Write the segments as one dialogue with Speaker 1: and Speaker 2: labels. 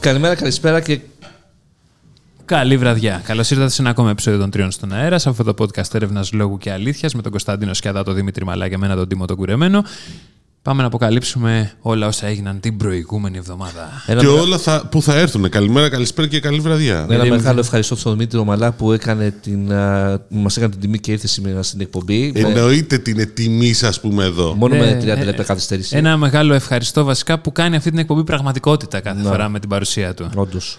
Speaker 1: Καλημέρα, καλησπέρα και
Speaker 2: Καλή βραδιά. Καλώς ήρθατε σε ένα ακόμα επεισόδιο των Τριών στον Αέρα, σε αυτό το podcast έρευνας λόγου και αλήθειας με τον Κωνσταντίνο Σκιαδά, τον Δημήτρη Μαλά και εμένα τον Τίμο τον Κουρεμένο. Πάμε να αποκαλύψουμε όλα όσα έγιναν την προηγούμενη εβδομάδα.
Speaker 1: ένα,
Speaker 3: Και
Speaker 1: μεγα-
Speaker 3: όλα θα, που θα έρθουν. Καλημέρα, καλησπέρα και καλή βραδιά.
Speaker 1: ένα
Speaker 2: Δεν-
Speaker 1: μεγάλο ευχαριστώ στον Δημήτρη Ομαλά που έκανε την, α, μας έκανε την τιμή και ήρθε σήμερα στην εκπομπή. Με-
Speaker 3: Εννοείται την τιμή σας που είμαι εδώ.
Speaker 1: μόνο με
Speaker 2: Ε,
Speaker 1: 30 λεπτά
Speaker 2: ε,
Speaker 1: καθυστέρηση.
Speaker 2: Ένα μεγάλο ευχαριστώ βασικά που κάνει αυτή την εκπομπή πραγματικότητα κάθε φορά με την παρουσία του.
Speaker 1: Όντως.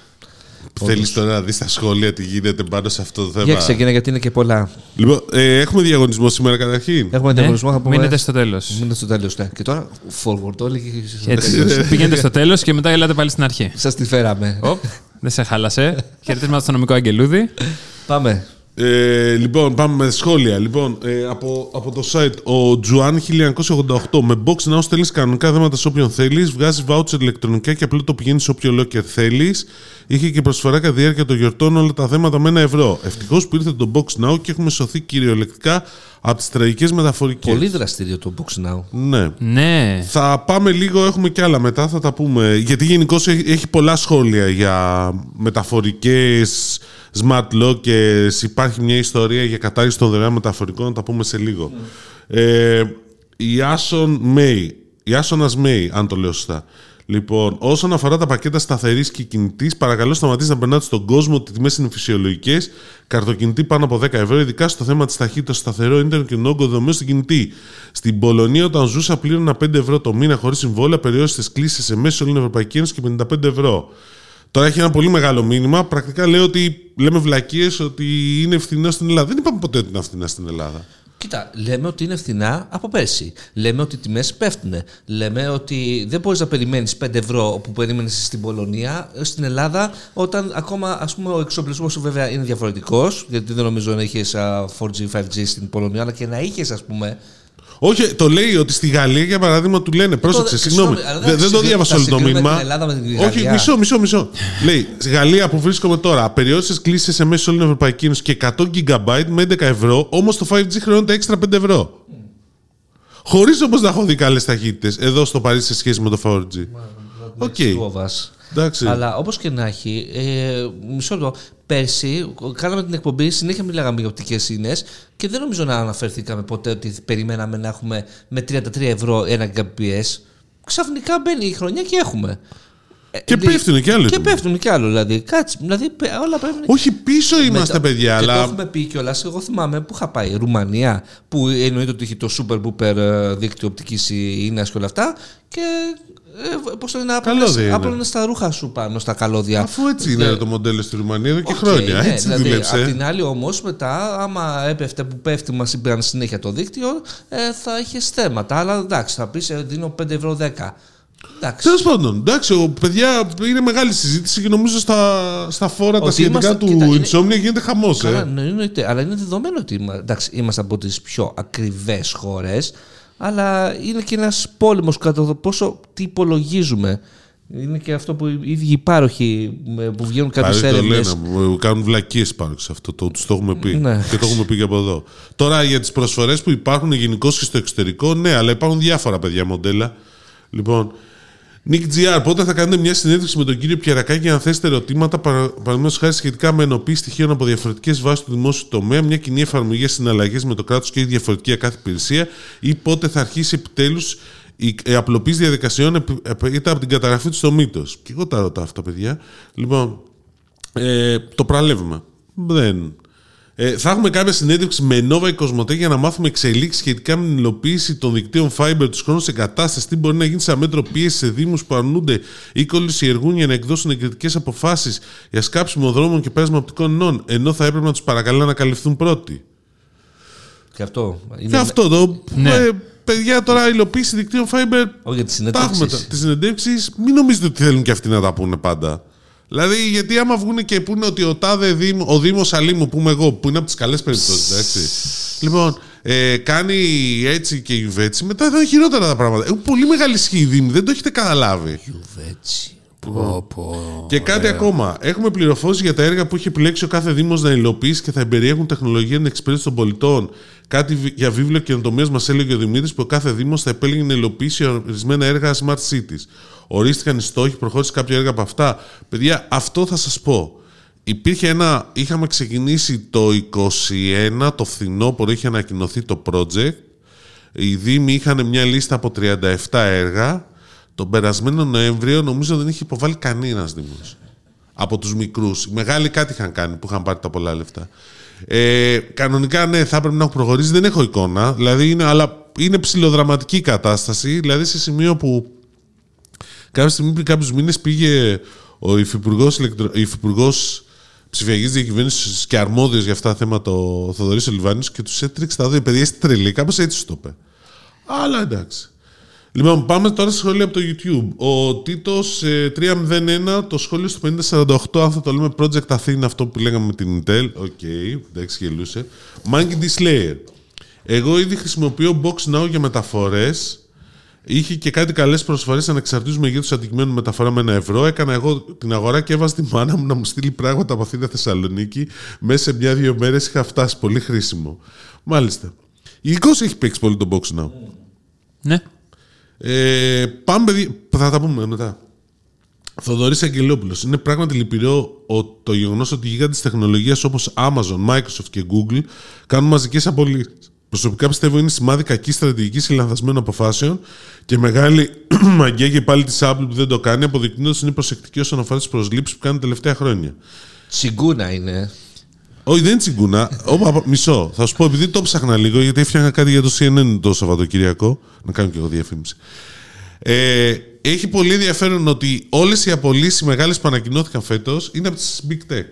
Speaker 3: Θέλεις τώρα να δεις τα σχόλια τι γίνεται πάνω σε αυτό το θέμα.
Speaker 1: Για ξεκινά γιατί είναι και πολλά.
Speaker 3: Λοιπόν, ε, έχουμε διαγωνισμό σήμερα καταρχήν.
Speaker 1: Έχουμε
Speaker 2: Ναι,
Speaker 1: διαγωνισμό, θα πούμε.
Speaker 2: Μείνετε στο τέλος.
Speaker 1: Μείνετε στο τέλος, ναι. Και τώρα forward όλοι
Speaker 2: Ναι.
Speaker 1: και-
Speaker 2: Πηγαίνετε στο τέλος και μετά ελάτε πάλι στην αρχή.
Speaker 1: σας τη φέραμε.
Speaker 2: Οπ, δεν σε χάλασε. Χαιρετίσματα στο νομικό Αγγελούδη.
Speaker 1: Πάμε.
Speaker 3: Ε, λοιπόν, πάμε με σχόλια. Λοιπόν, ε, από, από το site ο Τζουάν 1988 με box now στέλνει κανονικά δέματα σε όποιον θέλεις, βγάζει voucher ηλεκτρονικά και απλά το πηγαίνεις σε όποιο locker θέλεις. Είχε και προσφορά κατά τη διάρκεια των γιορτών όλα τα θέματα με ένα ευρώ. Ευτυχώς που ήρθε το box now και έχουμε σωθεί κυριολεκτικά από τις τραγικές μεταφορικές.
Speaker 1: Πολύ δραστήριο το Box Now.
Speaker 3: Ναι.
Speaker 2: Ναι.
Speaker 3: Θα πάμε λίγο, έχουμε και άλλα μετά, θα τα πούμε. Γιατί γενικώς έχει έχει πολλά σχόλια για μεταφορικές, smart lockers, υπάρχει μια ιστορία για κατάργηση των δωρεάν μεταφορικών, να τα πούμε σε λίγο. Ε, η Άσον Μέι, η Άσονας Μέι, αν το λέω σωστά. Λοιπόν, όσον αφορά τα πακέτα σταθερής και κινητής, παρακαλώ σταματήστε να περνάτε στον κόσμο ότι οι τιμές είναι φυσιολογικές. Καρτοκινητή πάνω από 10 ευρώ, ειδικά στο θέμα της ταχύτητας σταθερό ίντερνετ και νόγκο δομέων στην κινητή. Στην Πολωνία, όταν ζούσα, πλήρωνα 5 ευρώ το μήνα χωρίς συμβόλαια, περιόριστες κλήσεις σε μέση όλη την Ευρωπαϊκή Ένωση και 55 ευρώ. Τώρα έχει ένα πολύ μεγάλο μήνυμα. Πρακτικά λέει ότι λέμε βλακίες ότι είναι φθηνά στην Ελλάδα. Δεν είπαμε ποτέ ότι είναι φθηνά στην Ελλάδα.
Speaker 1: Κοίτα, λέμε ότι είναι φθηνά από πέρσι. Λέμε ότι οι τιμές πέφτουν. Λέμε ότι δεν μπορείς να περιμένεις 5 ευρώ που περίμενες στην Πολωνία, Ε, στην Ελλάδα, όταν ακόμα ας πούμε, ο εξοπλισμός βέβαια είναι διαφορετικός, γιατί δεν νομίζω να είχες 4G, 5G στην Πολωνία, αλλά και να είχες, ας πούμε.
Speaker 3: Όχι, το λέει ότι στη Γαλλία για παράδειγμα του λένε. Πρόσεξε, συγγνώμη.
Speaker 1: αλλά
Speaker 3: Δεν, δεν το
Speaker 1: συγκρίνουμε-
Speaker 3: διάβασα
Speaker 1: τα
Speaker 3: όλο το
Speaker 1: συγκρίνουμε
Speaker 3: μήνυμα.
Speaker 1: την Ελλάδα με την
Speaker 3: Όχι,
Speaker 1: Γαλλία.
Speaker 3: μισό, μισό, μισό. λέει, στη Γαλλία που βρίσκομαι τώρα, απεριόριστες κλήσεις σε μέση όλη την Ευρωπαϊκή Ένωση και 100 GB με 11 ευρώ, όμως το 5G χρεώνεται έξτρα 5 ευρώ. Χωρίς όμως να έχω δει καλές ταχύτητες εδώ στο Παρίσι σε σχέση με το 4G. Οκ.
Speaker 1: Βόβας.
Speaker 3: Εντάξει.
Speaker 1: Αλλά όπως και να έχει, ε, μισό λεπτό. Πέρσι κάναμε την εκπομπή, συνέχεια μιλάγαμε για οπτικές ίνε και δεν νομίζω να αναφερθήκαμε ποτέ ότι περιμέναμε να έχουμε με 33 ευρώ ένα Gbps. Ξαφνικά μπαίνει η χρονιά και έχουμε. Ε,
Speaker 3: Και
Speaker 1: δηλαδή-
Speaker 3: πέφτουνε κι άλλο.
Speaker 1: Και πέφτουν κι άλλο. Δηλαδή, κάτσε, δηλαδή πε- όλα πρέπει να.
Speaker 3: Όχι, πίσω είμαστε,
Speaker 1: Μετά-
Speaker 3: παιδιά,
Speaker 1: και
Speaker 3: αλλά.
Speaker 1: Το έχουμε πει κιόλας. Εγώ θυμάμαι που είχα πάει. Ρουμανία, που εννοείται ότι έχει το super booper ε, δίκτυο οπτικής ίνα και όλα αυτά. Και. Πώς το λένε,
Speaker 3: Καλώδια
Speaker 1: άπλωνε-
Speaker 3: είναι.
Speaker 1: άπλωνες στα ρούχα σου πάνω στα καλώδια.
Speaker 3: Αφού έτσι είναι
Speaker 1: Ναι.
Speaker 3: το μοντέλο στη Ρουμανία εδώ και
Speaker 1: Οκ,
Speaker 3: χρόνια.
Speaker 1: ναι,
Speaker 3: έτσι
Speaker 1: δηλαδή,
Speaker 3: δούλεψε.
Speaker 1: Απ' την άλλη όμως, μετά, άμα έπεφτε που πέφτει, μας είπαν συνέχεια το δίκτυο, ε, θα είχες θέματα. Αλλά εντάξει, θα πεις δίνω 5 ευρώ 10. Εντάξει.
Speaker 3: Τέλος πάντων, εντάξει, ο- παιδιά, είναι μεγάλη συζήτηση και νομίζω στα, στα φόρα τα
Speaker 1: Ότι
Speaker 3: σχετικά
Speaker 1: είμαστε-
Speaker 3: του
Speaker 1: κοίτα, είναι-
Speaker 3: Insomnia γίνεται χαμός.
Speaker 1: Καλά,
Speaker 3: Ε.
Speaker 1: ναι, εννοείται. Αλλά είναι δεδομένο ότι είμα- εντάξει, είμαστε από τις πιο ακριβές χώρες. Αλλά είναι και ένας πόλεμος κατά το πόσο τι υπολογίζουμε. Είναι και αυτό που οι ίδιοι οι πάροχοι με- που βγαίνουν
Speaker 3: Παρότι
Speaker 1: κάποιε
Speaker 3: το
Speaker 1: έρευνες.
Speaker 3: λένε, μου- Ε, κάνουν βλακίες πάνω σε αυτό. Το, τους το έχουμε πει.
Speaker 1: Ναι.
Speaker 3: Και το έχουμε πει και από εδώ. Τώρα για τις προσφορές που υπάρχουν γενικώς και στο εξωτερικό, ναι, αλλά υπάρχουν διάφορα παιδιά μοντέλα. Λοιπόν, Nick GR, πότε θα κάνετε μια συνέντευξη με τον κύριο Πιερακάκη για να θέσετε ερωτήματα, παρα- παραδείγματος χάρη σχετικά με ενοποίηση στοιχείων από διαφορετικές βάσεις του δημόσιου τομέα, μια κοινή εφαρμογή για συναλλαγές με το κράτος και διαφορετική για κάθε υπηρεσία, ή πότε θα αρχίσει επιτέλους η ε, απλοποίηση διαδικασιών επ- επ- είτε από την καταγραφή του στο μύτο. Και εγώ τα ρωτάω αυτά, παιδιά. Λοιπόν, ε, το πραλεύουμε. Δεν. Ε, θα έχουμε κάποια συνέντευξη με Nova Κοσμοτέ για να μάθουμε εξελίξεις σχετικά με την υλοποίηση των δικτύων fiber του χρόνου σε κατάσταση. Τι μπορεί να γίνει σαν μέτρο πίεση σε Δήμους που αρνούνται ή κολλησιεργούν για να εκδώσουν εγκριτικέ αποφάσεις για σκάψιμο δρόμων και πέρασμα οπτικών ενών, ενώ θα έπρεπε να τους παρακαλώ να καλυφθούν πρώτοι.
Speaker 1: Και αυτό. Είναι,
Speaker 3: Είναι αυτό το.
Speaker 2: Ναι.
Speaker 3: Ε, παιδιά, τώρα υλοποίηση δικτύων fiber
Speaker 1: Όχι για τι
Speaker 3: τα έχουμε
Speaker 1: συνέντευξει.
Speaker 3: τα- τις συνεντεύξεις. Μην νομίζετε ότι θέλουν και αυτοί να τα πούνε πάντα. Δηλαδή, γιατί άμα βγουν και πούνε ότι ο τάδε Δήμ, ο Δήμος Αλήμου, που είμαι εγώ, που είναι από τις καλές περιπτώσεις, εντάξει. Λοιπόν, ε, κάνει έτσι και γιουβέτσι, μετά θα είναι χειρότερα τα πράγματα. Έχουν πολύ μεγάλη ισχύ οι Δήμοι, δεν το έχετε καταλάβει.
Speaker 1: Βέτσι.
Speaker 2: Πω, πω.
Speaker 3: Και κάτι ακόμα. Έχουμε πληροφόρηση για τα έργα που έχει επιλέξει ο κάθε Δήμος να υλοποιήσει και θα περιέχουν τεχνολογία ενεξυπηρέτηση των πολιτών. Κάτι βι- για βίβλο καινοτομίας μας έλεγε ο Δημήτρης που ο κάθε Δήμος θα επέλεγε να υλοποιήσει ορισμένα έργα smart cities. Ορίστηκαν οι στόχοι, προχώρησε κάποια έργα από αυτά. Παιδιά, αυτό θα σας πω. Υπήρχε ένα, είχαμε ξεκινήσει το 21, το φθινόπωρο είχε ανακοινωθεί το project. Οι Δήμοι είχαν μια λίστα από 37 έργα. Τον περασμένο Νοέμβριο νομίζω δεν είχε υποβάλει κανένας Δήμος. Από τους μικρούς. Οι μεγάλοι κάτι είχαν κάνει που είχαν πάρει τα πολλά λεφτά. Ε, κανονικά ναι, θα έπρεπε να έχω προχωρήσει. Δεν έχω εικόνα. Δηλαδή είναι, αλλά είναι ψηλοδραματική η κατάσταση. Δηλαδή σε σημείο που κάποια στιγμή πριν κάποιους μήνες πήγε ο υφυπουργός υφυπουργός ψηφιακής διακυβέρνησης και αρμόδιος για αυτά τα θέματα ο Θοδωρής Ολιβάνη και τους έτριξε τα δύο παιδιά. Είστε τρελοί, κάπως έτσι σου το είπε. Αλλά εντάξει. Λοιπόν, πάμε τώρα σε σχόλια από το YouTube. Ο ε, Τίτο 301, το σχόλιο στο 5048, αν θα το λέμε Project Athena, αυτό που λέγαμε με την Intel. Οκ, εντάξει, γελούσε. Monkey Dislayer. Εγώ ήδη χρησιμοποιώ Box Now για μεταφορές. Είχε και κάτι καλές προσφορές ανεξαρτήτως μεγέθους αντικειμένου μεταφορά με ένα ευρώ. Έκανα εγώ την αγορά και έβαζα τη μάνα μου να μου στείλει πράγματα από Αθήνα Θεσσαλονίκη. Μέσα σε μια-δύο μέρες είχα φτάσει. Πολύ χρήσιμο. Μάλιστα. Ειδικώ έχει παίξει πολύ το Box Now.
Speaker 2: Ναι.
Speaker 3: Ε, πάμε, παιδί- θα τα πούμε μετά. Θοδωρής Αγγελόπουλος. Είναι πράγματι λυπηρό ο- το γεγονός ότι οι γίγαντες τεχνολογίας όπως Amazon, Microsoft και Google κάνουν μαζικές απολύσεις. Προσωπικά πιστεύω είναι σημάδι κακής στρατηγικής και λανθασμένων αποφάσεων και μεγάλη μαγκιά και πάλι της Apple που δεν το κάνει, αποδεικνύοντας ότι είναι προσεκτική όσον αφορά τις προσλήψεις που κάνει τα τελευταία χρόνια.
Speaker 1: Τσιγκούνα είναι.
Speaker 3: Όχι, δεν είναι τσιγκούνα. Όπα, μισό. Θα σου πω, επειδή το ψάχνα λίγο, γιατί έφτιαχνα κάτι για το CNN το Σαββατοκυριακό. Να κάνω και εγώ διαφήμιση. Ε, έχει πολύ ενδιαφέρον ότι όλες οι απολύσεις μεγάλες που ανακοινώθηκαν φέτος είναι από τις Big Tech.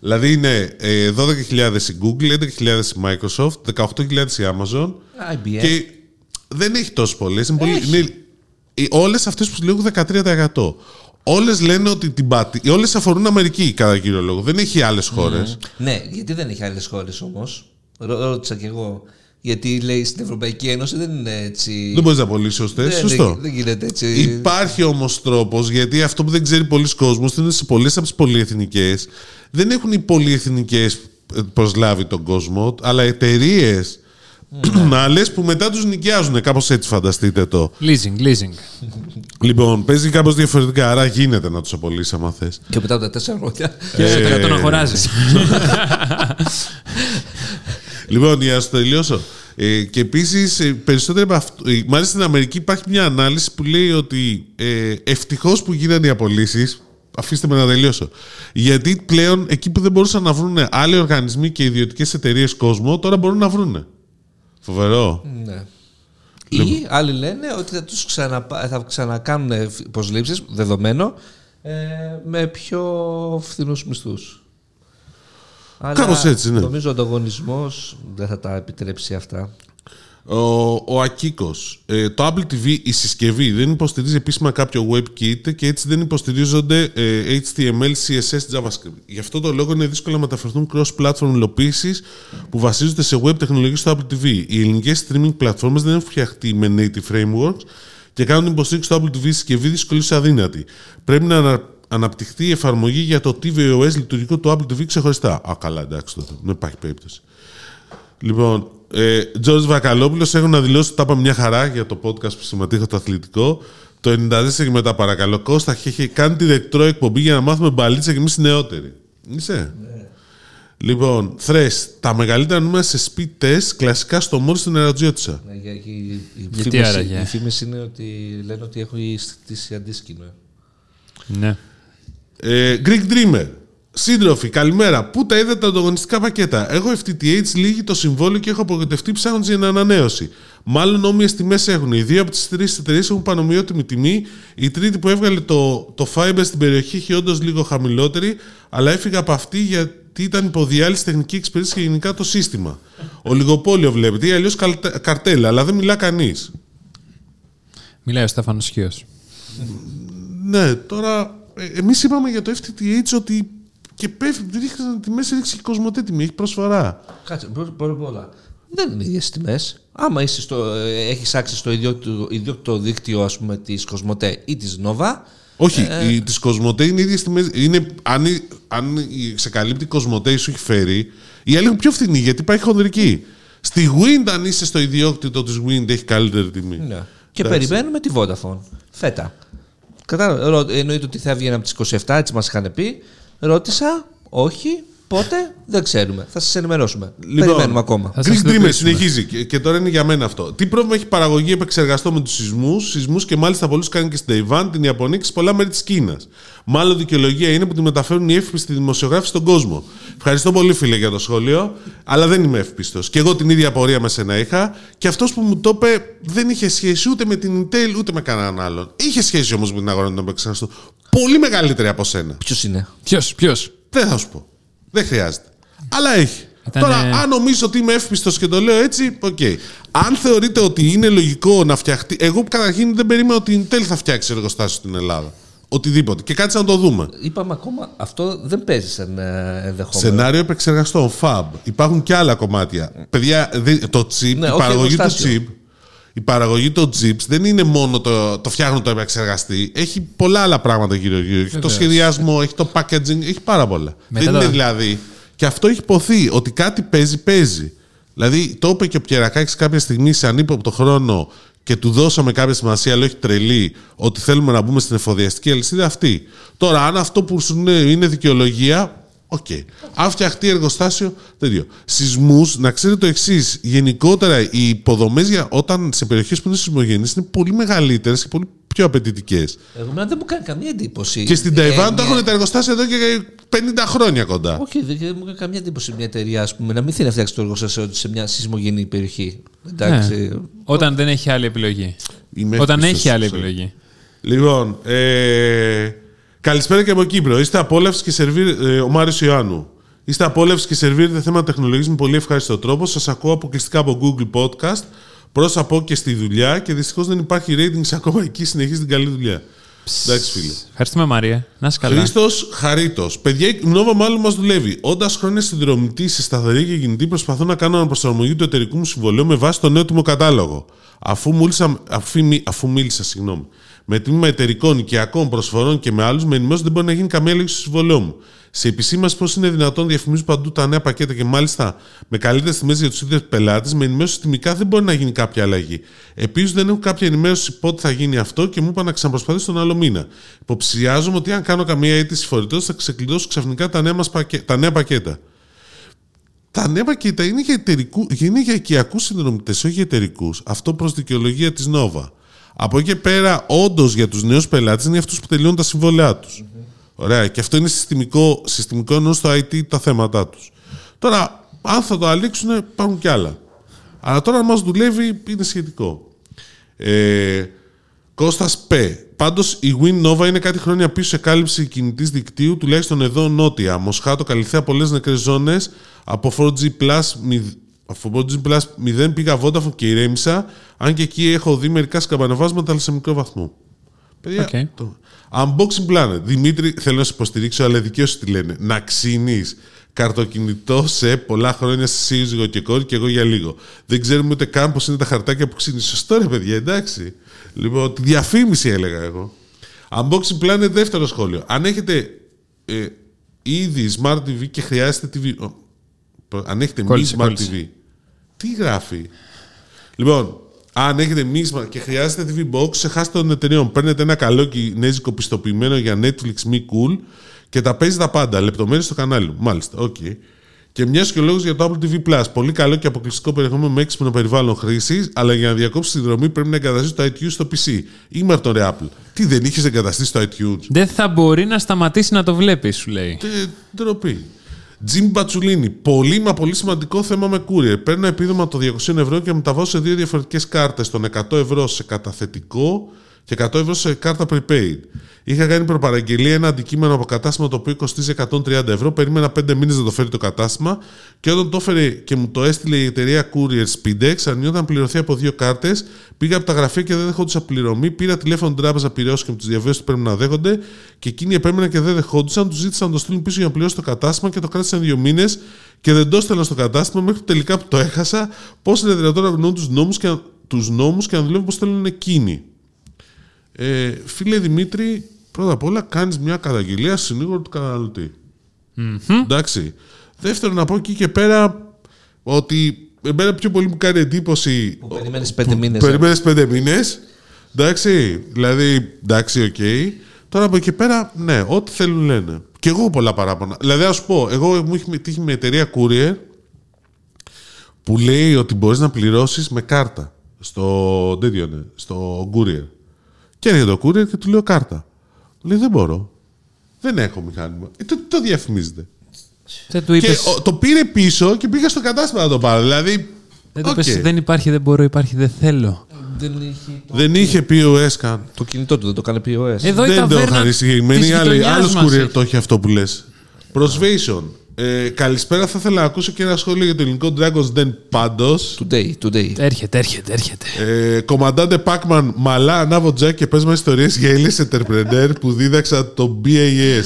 Speaker 3: Δηλαδή είναι ε, 12.000 η Google, 11.000 η Microsoft, 18.000 η Amazon.
Speaker 1: IBM.
Speaker 3: Και δεν έχει τόσο πολλές. Είναι πολύ,
Speaker 1: Έχει.
Speaker 3: είναι- οι- όλες αυτές που σου λέγω 13%. Όλες λένε ότι την πάτη. Όλες αφορούν Αμερική κατά κύριο λόγο. Δεν έχει άλλες χώρες.
Speaker 1: Ναι, γιατί δεν έχει άλλες χώρες όμως. Ρώτησα κι εγώ. Γιατί λέει στην Ευρωπαϊκή Ένωση δεν είναι έτσι.
Speaker 3: Δεν μπορείς να απολύσεις ωστέ.
Speaker 1: δεν,
Speaker 3: Σωστό.
Speaker 1: δεν, δεν γίνεται έτσι.
Speaker 3: Υπάρχει όμως τρόπος, γιατί αυτό που δεν ξέρει πολλοί κόσμος είναι ότι σε πολλές από τις πολυεθνικές δεν έχουν οι πολυεθνικές προσλάβει τον κόσμο, αλλά εταιρείες
Speaker 1: Ναι.
Speaker 3: άλλε που μετά τους νοικιάζουν. Κάπως έτσι φανταστείτε το.
Speaker 2: Leasing, leasing.
Speaker 3: Λοιπόν, παίζει κάπως διαφορετικά, άρα γίνεται να τους απολύσεις άμα θες.
Speaker 1: Και μετά από τα τέσσερα χρόνια.
Speaker 3: Ε,
Speaker 2: Και το τον αγοράζεις.
Speaker 3: Λοιπόν, για να σου τελειώσω. Ε, και επίσης, περισσότερο από αυτό. ε, Μάλιστα στην Αμερική υπάρχει μια ανάλυση που λέει ότι ε, ευτυχώς που γίνανε οι απολύσεις. Αφήστε με να τελειώσω. Γιατί πλέον εκεί που δεν μπορούσαν να βρουν άλλοι οργανισμοί και ιδιωτικές εταιρείες κόσμο, τώρα μπορούν να βρουν. Φοβερό.
Speaker 1: Ναι. Ή
Speaker 3: Λοιπόν.
Speaker 1: άλλοι λένε ότι θα, τους ξαναπα... θα ξανακάνουν προσλήψεις, δεδομένο, ε, με πιο φθηνούς μισθούς. Αλλά
Speaker 3: Κάπως έτσι, ναι.
Speaker 1: Νομίζω ο ανταγωνισμός δεν θα τα επιτρέψει αυτά.
Speaker 3: Ο, ο Ακίκος. Ε, το Apple TV, η συσκευή δεν υποστηρίζει επίσημα κάποιο WebKit και έτσι δεν υποστηρίζονται ε, HTML, CSS, JavaScript. Γι' αυτό το λόγο είναι δύσκολο να μεταφερθούν cross-platform υλοποιήσει που βασίζονται σε web τεχνολογίες στο Apple TV. Οι ελληνικές streaming πλατφόρμες δεν έχουν φτιαχτεί με native frameworks και κάνουν την υποστήριξη του Apple TV συσκευή δύσκολη σε αδύνατη. Πρέπει να ανα- αναπτυχθεί η εφαρμογή για το tvOS λειτουργικό του Apple TV ξεχωριστά. Α, καλά, εντάξει τότε. Δεν υπάρχει περίπτωση. Λοιπόν, ε, Τζόρτζ Βακαλόπουλος, έχω να δηλώσω ότι τα είπα μια χαρά για το podcast που συμμετείχα το αθλητικό. Το 94 και μετά παρακαλώ. Κώστα, έχει κάνει τη ρεκτρό εκπομπή για να μάθουμε μπαλίτσα και εμείς νεότεροι. Είσαι. Λοιπόν, θρες, τα μεγαλύτερα νούμερα σε speed test κλασικά στο μόλι στην Ερατζιώτησα.
Speaker 1: Ναι, για- για- οι, οι
Speaker 2: Γιατί
Speaker 1: φήμες-
Speaker 2: άραγε?
Speaker 1: οι φήμες είναι ότι λένε ότι έχω στήσει αντίσκηνο.
Speaker 2: ναι.
Speaker 3: Ε, Greek Dreamer. Σύντροφοι, καλημέρα. Πού τα είδατε τα ανταγωνιστικά πακέτα. Έχω FTTH λίγη το συμβόλαιο και έχω απογοητευτεί ψάχνοντας για ανανέωση. Μάλλον όμοιες τιμές έχουν. Οι δύο από τις τρεις εταιρείες έχουν πανομοιότιμη τιμή. Η τρίτη που έβγαλε το, το Fiber στην περιοχή είχε όντως λίγο χαμηλότερη, αλλά έφυγα από αυτή γιατί ήταν υποδιάλυση τεχνική εξυπηρέτηση και γενικά το σύστημα. Ολιγοπόλιο βλέπετε ή αλλιώς καρτέλα, αλλά δεν μιλά κανείς.
Speaker 2: Μιλάει ο Στέφανος Χίο.
Speaker 3: Ναι, τώρα εμείς είπαμε για το FTTH ότι και πέφτει, ρίχνει τη μέση, ρίξει και η Κοσμοτέ τιμή, έχει προσφορά.
Speaker 1: Κάτσε, πρώτα απ' όλα. Δεν είναι ίδιες τιμές. Άμα είσαι στο, ε, έχεις άξει στο ιδιόκτητο, ιδιόκτητο δίκτυο ας πούμε, της Κοσμοτέ ή της Νόβα,
Speaker 3: Όχι, ε... της Κοσμοτέ είναι ίδιες τιμές. Είναι, αν, η- αν η- σε καλύπτει η Κοσμοτέ ή σου έχει φέρει, η άλλη είναι πιο φθηνή γιατί πάει χονδρική. Στη Wind, αν είσαι στο ιδιόκτητο της Wind, έχει καλύτερη τιμή.
Speaker 1: Ναι. Και περιμένουμε τη Vodafone. Φέτα. Κατάλαβα. Ρω- Εννοείται ότι θα έβγαινε από τις 27, έτσι μας είχαν πει. Ρώτησα, όχι, πότε, δεν ξέρουμε. Θα σας ενημερώσουμε. Περιμένουμε ακόμα.
Speaker 2: Λοιπόν, Θα σας
Speaker 3: Greek Dreamer
Speaker 2: ειδοποιήσουμε.
Speaker 3: συνεχίζει και, και τώρα είναι για μένα αυτό. Τι πρόβλημα έχει η παραγωγή επεξεργαστών με τους σεισμούς, σεισμούς και μάλιστα πολλούς κάνουν και στην Ταϊβάν, την Ιαπωνία και σε πολλά μέρη της Κίνας. Μάλλον δικαιολογία είναι που τη μεταφέρουν οι εύπιστοι δημοσιογράφοι στον κόσμο. Ευχαριστώ πολύ, φίλε, για το σχόλιο, αλλά δεν είμαι εύπιστο. Και εγώ την ίδια απορία με σένα είχα και αυτός που μου το είπε δεν είχε σχέση ούτε με την Intel ούτε με κανέναν άλλον. Είχε σχέση όμως με την αγορά των επεξεργαστών. Πολύ μεγαλύτερη από σένα.
Speaker 1: Ποιος είναι.
Speaker 2: Ποιος, ποιος.
Speaker 3: Δεν θα σου πω. Δεν χρειάζεται. Αλλά έχει.
Speaker 2: Ήταν,
Speaker 3: Τώρα,
Speaker 2: ε,
Speaker 3: αν νομίζω ότι είμαι εύπιστος και το λέω έτσι, οκ. Αν θεωρείτε ότι είναι λογικό να φτιαχτεί. Εγώ καταρχήν δεν περίμενα ότι η Intel θα φτιάξει εργοστάσιο στην Ελλάδα. Οτιδήποτε. Και κάτσε να το δούμε.
Speaker 1: Είπαμε ακόμα, αυτό δεν παίζει σαν ε, ενδεχόμενο.
Speaker 3: Σενάριο επεξεργαστών, FAB. Υπάρχουν και άλλα κομμάτια. Παιδιά, δε- το chip,
Speaker 1: Ναι,
Speaker 3: η
Speaker 1: όχι
Speaker 3: παραγωγή του
Speaker 1: εργοστάσιο.
Speaker 3: chip. Η παραγωγή των chips δεν είναι μόνο το, το φτιάχνω το επεξεργαστή. Έχει πολλά άλλα πράγματα γύρω γύρω. Έχει το
Speaker 2: Βεβαίως.
Speaker 3: σχεδιασμό, έχει το packaging, έχει πάρα πολλά.
Speaker 2: Μετά
Speaker 3: δεν
Speaker 2: το-
Speaker 3: είναι δηλαδή. Και αυτό έχει υποθεί ότι κάτι παίζει, παίζει. Δηλαδή το είπε και ο Πιερακάκης κάποια στιγμή σε ανύποπτο χρόνο και του δώσαμε κάποια σημασία, αλλά όχι τρελή, ότι θέλουμε να μπούμε στην εφοδιαστική αλυσίδα αυτή. Τώρα, αν αυτό που σου είναι, είναι δικαιολογία, οκ. Αν φτιαχτεί εργοστάσιο, τέτοιο. Σεισμούς, να ξέρετε το εξής. Γενικότερα, οι υποδομές όταν σε περιοχές που είναι σεισμογενείς είναι πολύ μεγαλύτερες και πολύ πιο απαιτητικές.
Speaker 1: Εγώ εμένα δεν μου κάνει καμία εντύπωση.
Speaker 3: Και στην Ταϊβάν
Speaker 1: Ε,
Speaker 3: τα
Speaker 1: μια-
Speaker 3: έχουν τα εργοστάσια εδώ και 50 χρόνια κοντά.
Speaker 1: Όχι, δεν δεν μου έκανε καμία εντύπωση μια εταιρεία ας πούμε, να μην θέλει να φτιάξει το εργοστάσιο της σε μια σεισμογενή περιοχή. Εντάξει.
Speaker 2: Όταν δεν έχει άλλη επιλογή.
Speaker 3: Είμαι
Speaker 2: Όταν
Speaker 3: εύπιστος,
Speaker 2: έχει άλλη
Speaker 3: sorry.
Speaker 2: επιλογή.
Speaker 3: Λοιπόν, ε, καλησπέρα και από Κύπρο. Είστε απόλαυση και σερβίρ, ε, ο Μάριος Ιωάννου. Είστε απόλαυση και σερβίρετε θέματα τεχνολογίας με πολύ ευχάριστο τρόπο. Σας ακούω αποκλειστικά από Google Podcast. Προς από και στη δουλειά και δυστυχώς δεν υπάρχει ratings ακόμα εκεί. Συνεχίζει την καλή δουλειά. Εντάξει, φίλε.
Speaker 2: Ευχαριστούμε, Μαρία. Να είσαι καλά.
Speaker 3: Χρήστος Χαρίτος. Παιδιά, η Nova μάλλον μας δουλεύει. Όντας χρόνια συνδρομητή σε σταθερή και κινητή, προσπαθώ να κάνω αναπροσαρμογή του εταιρικού μου συμβολέου με βάση το νέο τιμό κατάλογο. Αφού, μίλησα, αφού, μι- αφού μίλησα, συγγνώμη, με τμήμα εταιρικών, οικιακών προσφορών και με άλλους, με ενημέρωσε ότι δεν μπορεί να γίνει καμία έλεγχη στο συμβολέο μου. Σε επισήμανση πώς είναι δυνατόν διαφημίζουν παντού τα νέα πακέτα και μάλιστα με καλύτερες τιμές για τους ίδιους πελάτες, με ενημέρωσε ότι τιμικά δεν μπορεί να γίνει κάποια αλλαγή. Επίσης δεν έχω κάποια ενημέρωση πότε θα γίνει αυτό και μου είπα να ξαναπροσπαθήσω τον άλλο μήνα. Υποψιάζομαι ότι αν κάνω καμία αίτηση φορητός θα ξεκλειδώσω ξαφνικά τα νέα, μας πακέ... τα νέα πακέτα. Τα νέα πακέτα είναι για, εταιρικού... είναι για οικιακούς συνδρομητές, όχι για εταιρικούς. Αυτό προς δικαιολογία της Nova. Από εκεί και πέρα, όντως για τους νέους πελάτες είναι αυτούς που τελειώνουν τα συμβόλαιά τους. Ωραία. Και αυτό είναι συστημικό, συστημικό ενώ στο IT τα θέματα τους. Τώρα, αν θα το αλήξουν, υπάρχουν κι άλλα. Αλλά τώρα, αν μας δουλεύει, είναι σχετικό. Ε, Κώστας Π. Πάντως η Win Nova είναι κάτι χρόνια πίσω σε κάλυψη κινητής δικτύου, τουλάχιστον εδώ νότια. Μοσχάτο, Καλυθέα, πολλές νεκρές ζώνες. Από 4G Plus, μηδ- από 4G Plus 0 πήγα Vodafone και ηρέμησα. Αν και εκεί έχω δει μερικά σκαμπανεβάσματα, αλλά σε μικρό βαθμό. Παιδιά,
Speaker 2: Οκ.
Speaker 3: το... Unboxing Planet. Δημήτρη, θέλω να σε υποστηρίξω, αλλά δικαίω τη λένε. Να ξύνεις καρτοκινητό σε πολλά χρόνια σε σύζυγο και κόρη και εγώ για λίγο. Δεν ξέρουμε ούτε καν πώς είναι τα χαρτάκια που ξύνεις. Σωστό ρε παιδιά, εντάξει. Λοιπόν, τη διαφήμιση έλεγα εγώ. Unboxing Planet, δεύτερο σχόλιο. Αν έχετε ε, ήδη Smart TV και χρειάζεται TV. ο, προ- Αν έχετε μη
Speaker 2: Κόλλησε,
Speaker 3: Smart
Speaker 2: κόλλησε.
Speaker 3: TV. Τι γράφει. Λοιπόν, αν έχετε μίσμα και χρειάζεται TV Box, ξεχάστε των εταιρεών. Παίρνετε ένα καλό κινέζικο πιστοποιημένο για Netflix, Me Cool και τα παίζει τα πάντα. Λεπτομέρειες στο κανάλι μου. Μάλιστα, οκ. Και μια και ο λόγος για το Apple TV Plus. Πολύ καλό και αποκλειστικό περιεχόμενο με έξυπνο περιβάλλον χρήση, αλλά για να διακόψεις τη δρομή πρέπει να εγκαταστήσεις το iTunes στο PC. Είμαι από τον ρε Apple. Τι δεν είχες εγκαταστήσει το iTunes.
Speaker 2: Δεν θα μπορεί να σταματήσει να το βλέπει, σου λέει.
Speaker 3: Ε, ντροπή. Τζιμ Μπατσουλίνη. Πολύ μα πολύ σημαντικό θέμα με courier. Παίρνω επίδομα το 200 ευρώ και μεταβάω σε δύο διαφορετικές κάρτες. Τον 100 ευρώ σε καταθετικό και 100 ευρώ σε κάρτα prepaid. Είχα κάνει προπαραγγελία ένα αντικείμενο από κατάστημα το οποίο κοστίζει 130 ευρώ. Περίμενα 5 μήνες να το φέρει το κατάστημα και όταν το έφερε και μου το έστειλε η εταιρεία Courier Speedex, αρνιόταν πληρωθεί από δύο κάρτες. Πήγα από τα γραφεία και δεν δεχόντουσαν πληρωμή. Πήρα τηλέφωνο την τράπεζα Πυραιός και μου του διαβίωσε ότι πρέπει να δέχονται. Και εκείνοι επέμεναν και δεν δεχόντουσαν. Τους ζήτησαν να το στείλουν πίσω για να πληρώσω το κατάστημα και το κράτησαν δύο μήνες και δεν το στέλναν στο κατάστημα μέχρι που τελικά που το έχασα. Πώς είναι δυνατόν να γνωρίζουν τους νόμους και, να- τους νόμους και να δουλεύουν πώ θέλουν εκείνοι. Ε, φίλε Δημήτρη, πρώτα απ' όλα κάνεις μια καταγγελία σε συνήγορο του καταναλωτη Εντάξει. Δεύτερον, να πω εκεί και πέρα ότι εμένα πιο πολύ μου κάνει εντύπωση
Speaker 1: Που περιμένεις πέντε
Speaker 2: Ναι,
Speaker 1: μήνε.
Speaker 3: Περιμένεις πέντε μήνες. Εντάξει, δηλαδή, εντάξει, οκ. Τώρα από εκεί πέρα, ναι, ό,τι θέλουν λένε. Και εγώ πολλά παράπονα. Δηλαδή, ας πω, εγώ μου έχει τύχει με εταιρεία Courier που λέει ότι μπορείς να πληρώσεις με κάρτα στο τέτοιο, ναι, στο Courier. Και έρχεται το Courier και του λέω κάρτα. Μου Λέει, δεν μπορώ. Δεν έχω μηχάνημα. Ε, το, το διαφημίζεται.
Speaker 2: Δεν του είπες.
Speaker 3: Και ο- το πήρε πίσω και πήγα στο κατάστημα να το πάρω. Δηλαδή.
Speaker 2: Δεν του
Speaker 3: οκ.
Speaker 2: είπες, δεν υπάρχει, δεν μπορώ, υπάρχει, δεν θέλω.
Speaker 1: Δεν έχει το...
Speaker 3: δεν είχε POS καν.
Speaker 1: το κινητό του, δεν το κάνει POS.
Speaker 2: Εδώ η
Speaker 3: δεν το
Speaker 2: ταβέρνα
Speaker 3: είχαν οι
Speaker 2: της
Speaker 3: συγκεκριμένοι. Άλλοι,
Speaker 2: γειτονιάς
Speaker 3: άλλος
Speaker 2: μας
Speaker 3: courier
Speaker 2: έχει.
Speaker 3: το έχει αυτό που λες. Prosvation. Ε, καλησπέρα, θα ήθελα να ακούσω και ένα σχόλιο για το ελληνικό Dragon's Den πάντως.
Speaker 1: Today, today.
Speaker 2: Έρχεται, έρχεται, έρχεται.
Speaker 3: Ε, κομμαντάντε Pacman, μαλά, ανάβω τζάκι και πες μας ιστορίες για Έλληνες entrepreneur που δίδαξα το BAS.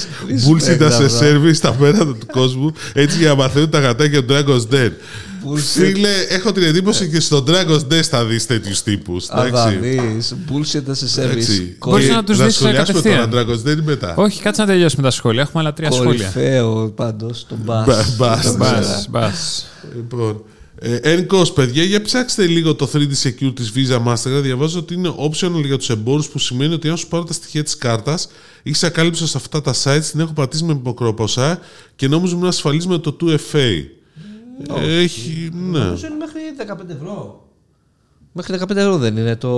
Speaker 3: Bullshit σε service στα πέρατα του κόσμου, έτσι για να μαθαίνουν τα γατάκια του Dragon's Den. Φίλε, έχω την εντύπωση και στο Dragon's Den θα δεις τέτοιους τύπους.
Speaker 1: Αλλά
Speaker 3: εντάξει.
Speaker 1: δεις, bullshit as a service.
Speaker 3: Έτσι.
Speaker 2: Μπορείς
Speaker 3: Και
Speaker 2: να τους δεις
Speaker 3: σχολιάσουμε τώρα
Speaker 2: κατευθείαν.
Speaker 3: Dragon's Den ή μετά.
Speaker 2: Όχι, κάτσε να τελειώσουμε τα σχόλια. Έχουμε άλλα τρία σχόλια.
Speaker 1: Κορυφαίο πάντως, το μπας.
Speaker 3: Μπας,
Speaker 2: Μπας, μπας.
Speaker 3: Λοιπόν. Ένκος, παιδιά, για ψάξτε λίγο το 3D Secure της Visa Mastercard. Διαβάζω ότι είναι optional για τους εμπόρους που σημαίνει ότι αν σου πάρω τα στοιχεία της κάρτας, έχεις ακάλυψη σε αυτά τα sites, την έχω πατήσει με μικροποσά και νόμιζα ήμουν ασφαλής με το 2FA. Έχει, ναι.
Speaker 1: Νομίζω είναι μέχρι 15 ευρώ. Μέχρι 15 ευρώ δεν είναι το...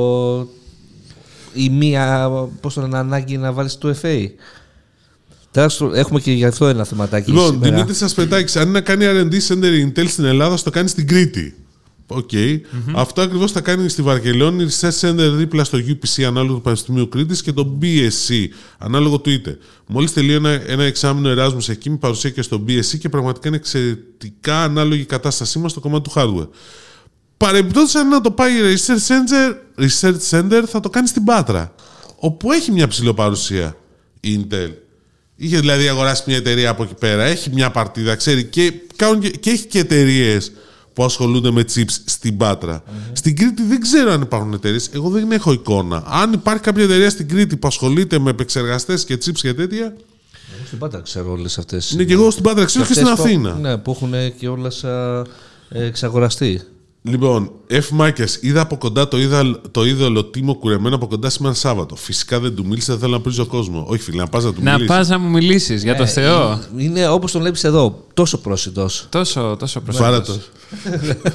Speaker 1: Η μία, πώς τον ανάγκη να βάλεις το FA. Τεράστιο- Έχουμε και γι' αυτό ένα θεματάκι
Speaker 3: Λοιπόν,
Speaker 1: σήμερα.
Speaker 3: Δημήτρη Ασπετάκη, αν είναι να κάνει RD Center Intel στην Ελλάδα, στο κάνει στην Κρήτη. Οκ. Αυτό ακριβώς θα κάνει στη Βαρκελόνη, Research Center δίπλα στο UPC ανάλογο του Πανεπιστημίου Κρήτης και το BSC ανάλογο του ΙΤΕ. Μόλι τελείωνα ένα εξάμεινο Εράσμου εκεί, με παρουσία και στο BSC και πραγματικά είναι εξαιρετικά ανάλογη η κατάστασή μας στο κομμάτι του hardware. Παρεμπιπτόντως, αν είναι να το πάει η Research Center, Research Center θα το κάνει στην Πάτρα. Όπου έχει μια ψηλό παρουσία η Intel. Είχε δηλαδή αγοράσει μια εταιρεία από εκεί πέρα, έχει μια παρτίδα, ξέρει και, κάνουν και, και έχει και εταιρείες που ασχολούνται με chips στην πατρα Στην Κρήτη δεν ξέρω αν υπάρχουν εταιρείες. Εγώ δεν έχω εικόνα. Αν υπάρχει κάποια εταιρεία στην Κρήτη που ασχολείται με επεξεργαστές και chips και τέτοια,
Speaker 1: Στην Πάτρα ξέρω όλες αυτές.
Speaker 3: είναι Ναι, και εγώ στην Πάτρα, ξέρω και στην
Speaker 1: αυτές που-
Speaker 3: Αθήνα.
Speaker 1: Ναι, που έχουν και όλα εξαγοραστεί.
Speaker 3: Λοιπόν, F. Μάκες, είδα από κοντά το, είδα, το είδωλο Τίμο κουρεμένο από κοντά σήμερα Σάββατο. Φυσικά δεν του μίλησα, δεν θέλω να πρίζω κόσμο. Όχι, φίλε, να πας να του
Speaker 2: Να
Speaker 3: μιλήσεις.
Speaker 2: πας να μου μιλήσεις για το
Speaker 3: Ε,
Speaker 2: Θεό.
Speaker 1: Είναι όπως τον βλέπεις εδώ, τόσο πρόσιτος.
Speaker 2: Τόσο, τόσο
Speaker 3: Φάρα
Speaker 2: προσεκτικός.
Speaker 3: το.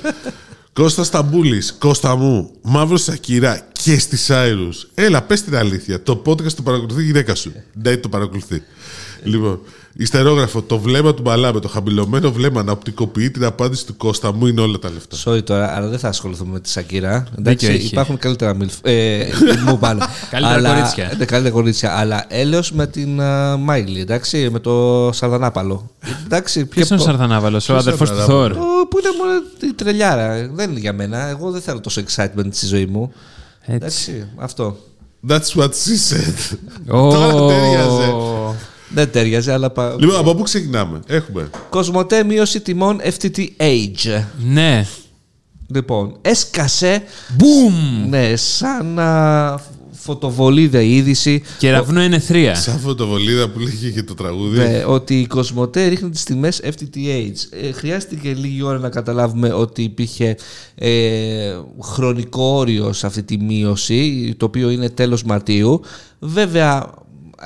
Speaker 3: Κώστα Σταμπούλης, Κώστα μου, μαύρος Σακυρά και στη Σάιρου. Έλα, πες την αλήθεια. Το podcast το παρακολουθεί η γυναίκα σου. Ναι, το παρακολουθεί. λοιπόν, ιστερόγραφο. Το βλέμμα του Μπαλάμε, το χαμηλωμένο βλέμμα να οπτικοποιεί την απάντηση του Κώστα μου είναι όλα τα λεφτά.
Speaker 1: Sorry τώρα, αλλά δεν θα ασχοληθούμε με τη Σακύρα.
Speaker 2: Δίκιο
Speaker 1: Εντάξει,
Speaker 2: έχει.
Speaker 1: υπάρχουν καλύτερα μιλφ. Ε, μου πάνε.
Speaker 2: Καλύτερα
Speaker 1: Αλλά-
Speaker 2: κορίτσια.
Speaker 1: Ναι, καλύτερα κορίτσια. Αλλά έλεος με την α, Μάιλι, εντάξει, με το Σαρδανάπαλο. Εντάξει,
Speaker 2: Ποιος
Speaker 1: και
Speaker 2: είναι ο
Speaker 1: το-
Speaker 2: Σαρδανάβαλο, ο αδερφός του Θόρ.
Speaker 1: το- Που είναι μόνο η τρελιάρα. Δεν είναι για μένα. Εγώ δεν θέλω τόσο excitement στη ζωή μου.
Speaker 2: Έτσι.
Speaker 1: Εντάξει, αυτό.
Speaker 3: That's what she said.
Speaker 2: Ω.
Speaker 3: Τώρα ταιριάζε.
Speaker 1: Δεν τέριαζε, αλλά. πα-
Speaker 3: Λοιπόν, από πού ξεκινάμε. Έχουμε.
Speaker 1: Κοσμοτέ μείωση τιμών FTTH.
Speaker 2: Ναι.
Speaker 1: Λοιπόν, έσκασε. Μπούμ! Ναι, σαν α, φωτοβολίδα η είδηση
Speaker 2: Κεραυνό είναι θρία.
Speaker 3: Σαν φωτοβολίδα που λέγει και το τραγούδι.
Speaker 1: ε, ότι η Κοσμοτέ ρίχνει τις τιμές FTTH. Ε, χρειάστηκε λίγη ώρα να καταλάβουμε ότι υπήρχε ε, χρονικό όριο σε αυτή τη μείωση, το οποίο είναι τέλος Μαρτίου. Βέβαια,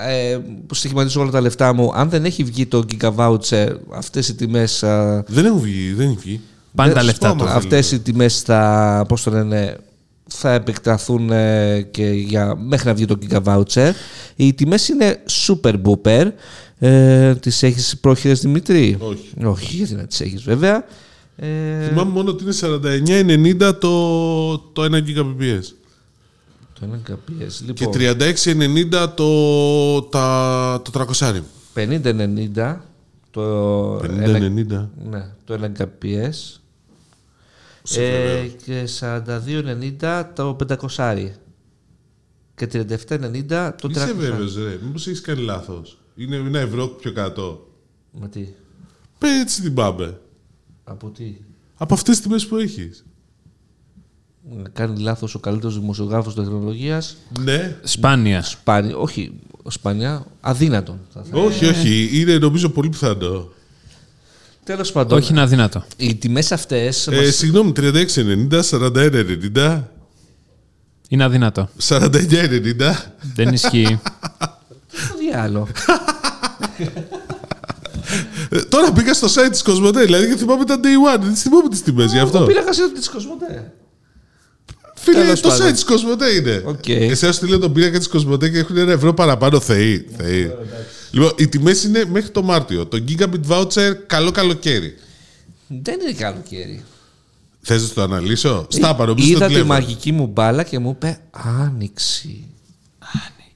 Speaker 1: ε, στοιχηματίζω όλα τα λεφτά μου, αν δεν έχει βγει το Gigavoucher, αυτές οι τιμές... ε, α,
Speaker 3: Δεν έχουν βγει, δεν έχει βγει.
Speaker 2: Πάνε τα
Speaker 1: Δεν-
Speaker 2: λεφτά του.
Speaker 3: στόμα.
Speaker 1: Αυτές οι τιμές θα, πώς το λένε, θα επεκταθούν ε, και για, μέχρι να βγει το Giga Voucher. Οι τιμές είναι super booper. Ε, τις έχεις πρόχειρες Δημήτρη.
Speaker 3: Όχι.
Speaker 1: Όχι, γιατί να τις έχεις βέβαια. Ε,
Speaker 3: Θυμάμαι μόνο ότι είναι 49,90 το, το 1 Gbps.
Speaker 1: το ένα καπιές.
Speaker 3: Και
Speaker 1: Λοιπόν,
Speaker 3: 36,90 το, τα, το 300.
Speaker 1: Ε, 50-90 το 50-90.
Speaker 3: 50-90.
Speaker 1: Ναι, το ένα καπιές. Ε, και 42-90 το 500 και 37-90 το 300.
Speaker 3: Είσαι βέβαιος, ρε. Μήπως έχεις κάνει λάθος. Είναι ένα ευρώ πιο κάτω.
Speaker 1: Μα τι,
Speaker 3: Πε έτσι την πάμε.
Speaker 1: από τι.
Speaker 3: Από αυτές τις τιμές που έχεις.
Speaker 1: Να κάνει λάθος ο καλύτερος δημοσιογράφος τεχνολογίας.
Speaker 3: Ναι.
Speaker 2: Σπάνια.
Speaker 1: Σπάνι, όχι, σπάνια, αδύνατον. θα θα-
Speaker 3: Όχι, όχι. Είναι νομίζω πολύ πιθανό.
Speaker 1: Τέλος πάντων.
Speaker 2: Όχι, είναι αδύνατο.
Speaker 1: Οι τιμές αυτές.
Speaker 3: Ε, συγγνώμη, 36,90, 41,90,
Speaker 2: Είναι αδύνατο.
Speaker 3: 49,90.
Speaker 2: Δεν ισχύει.
Speaker 1: Το διάλογο.
Speaker 3: Ε, Τώρα μπήκα στο site της Κοσμοτέ, δηλαδή και θυμάμαι τα day one. Δεν θυμάμαι τις τιμές γι' αυτό.
Speaker 1: Το πήρα σε τη Κοσμοτέ.
Speaker 3: Φίλε,
Speaker 1: Τέλος
Speaker 3: το
Speaker 1: πάντων.
Speaker 3: site της Κοσμοτέ είναι.
Speaker 1: Οκ.
Speaker 3: Εσένα σου λέει τον πίνακα της Κοσμοτέ και έχουν ένα ευρώ παραπάνω. Θεοί. θεοί. λοιπόν, οι τιμές είναι μέχρι το Μάρτιο. Το Gigabit Voucher καλό καλοκαίρι.
Speaker 1: Δεν είναι καλοκαίρι.
Speaker 3: Θες να το αναλύσω. Στάπα, νομίζω το
Speaker 1: Ε, Είδα τη
Speaker 3: τηλέφωνο.
Speaker 1: μαγική μου μπάλα και μου είπε Άνοιξη.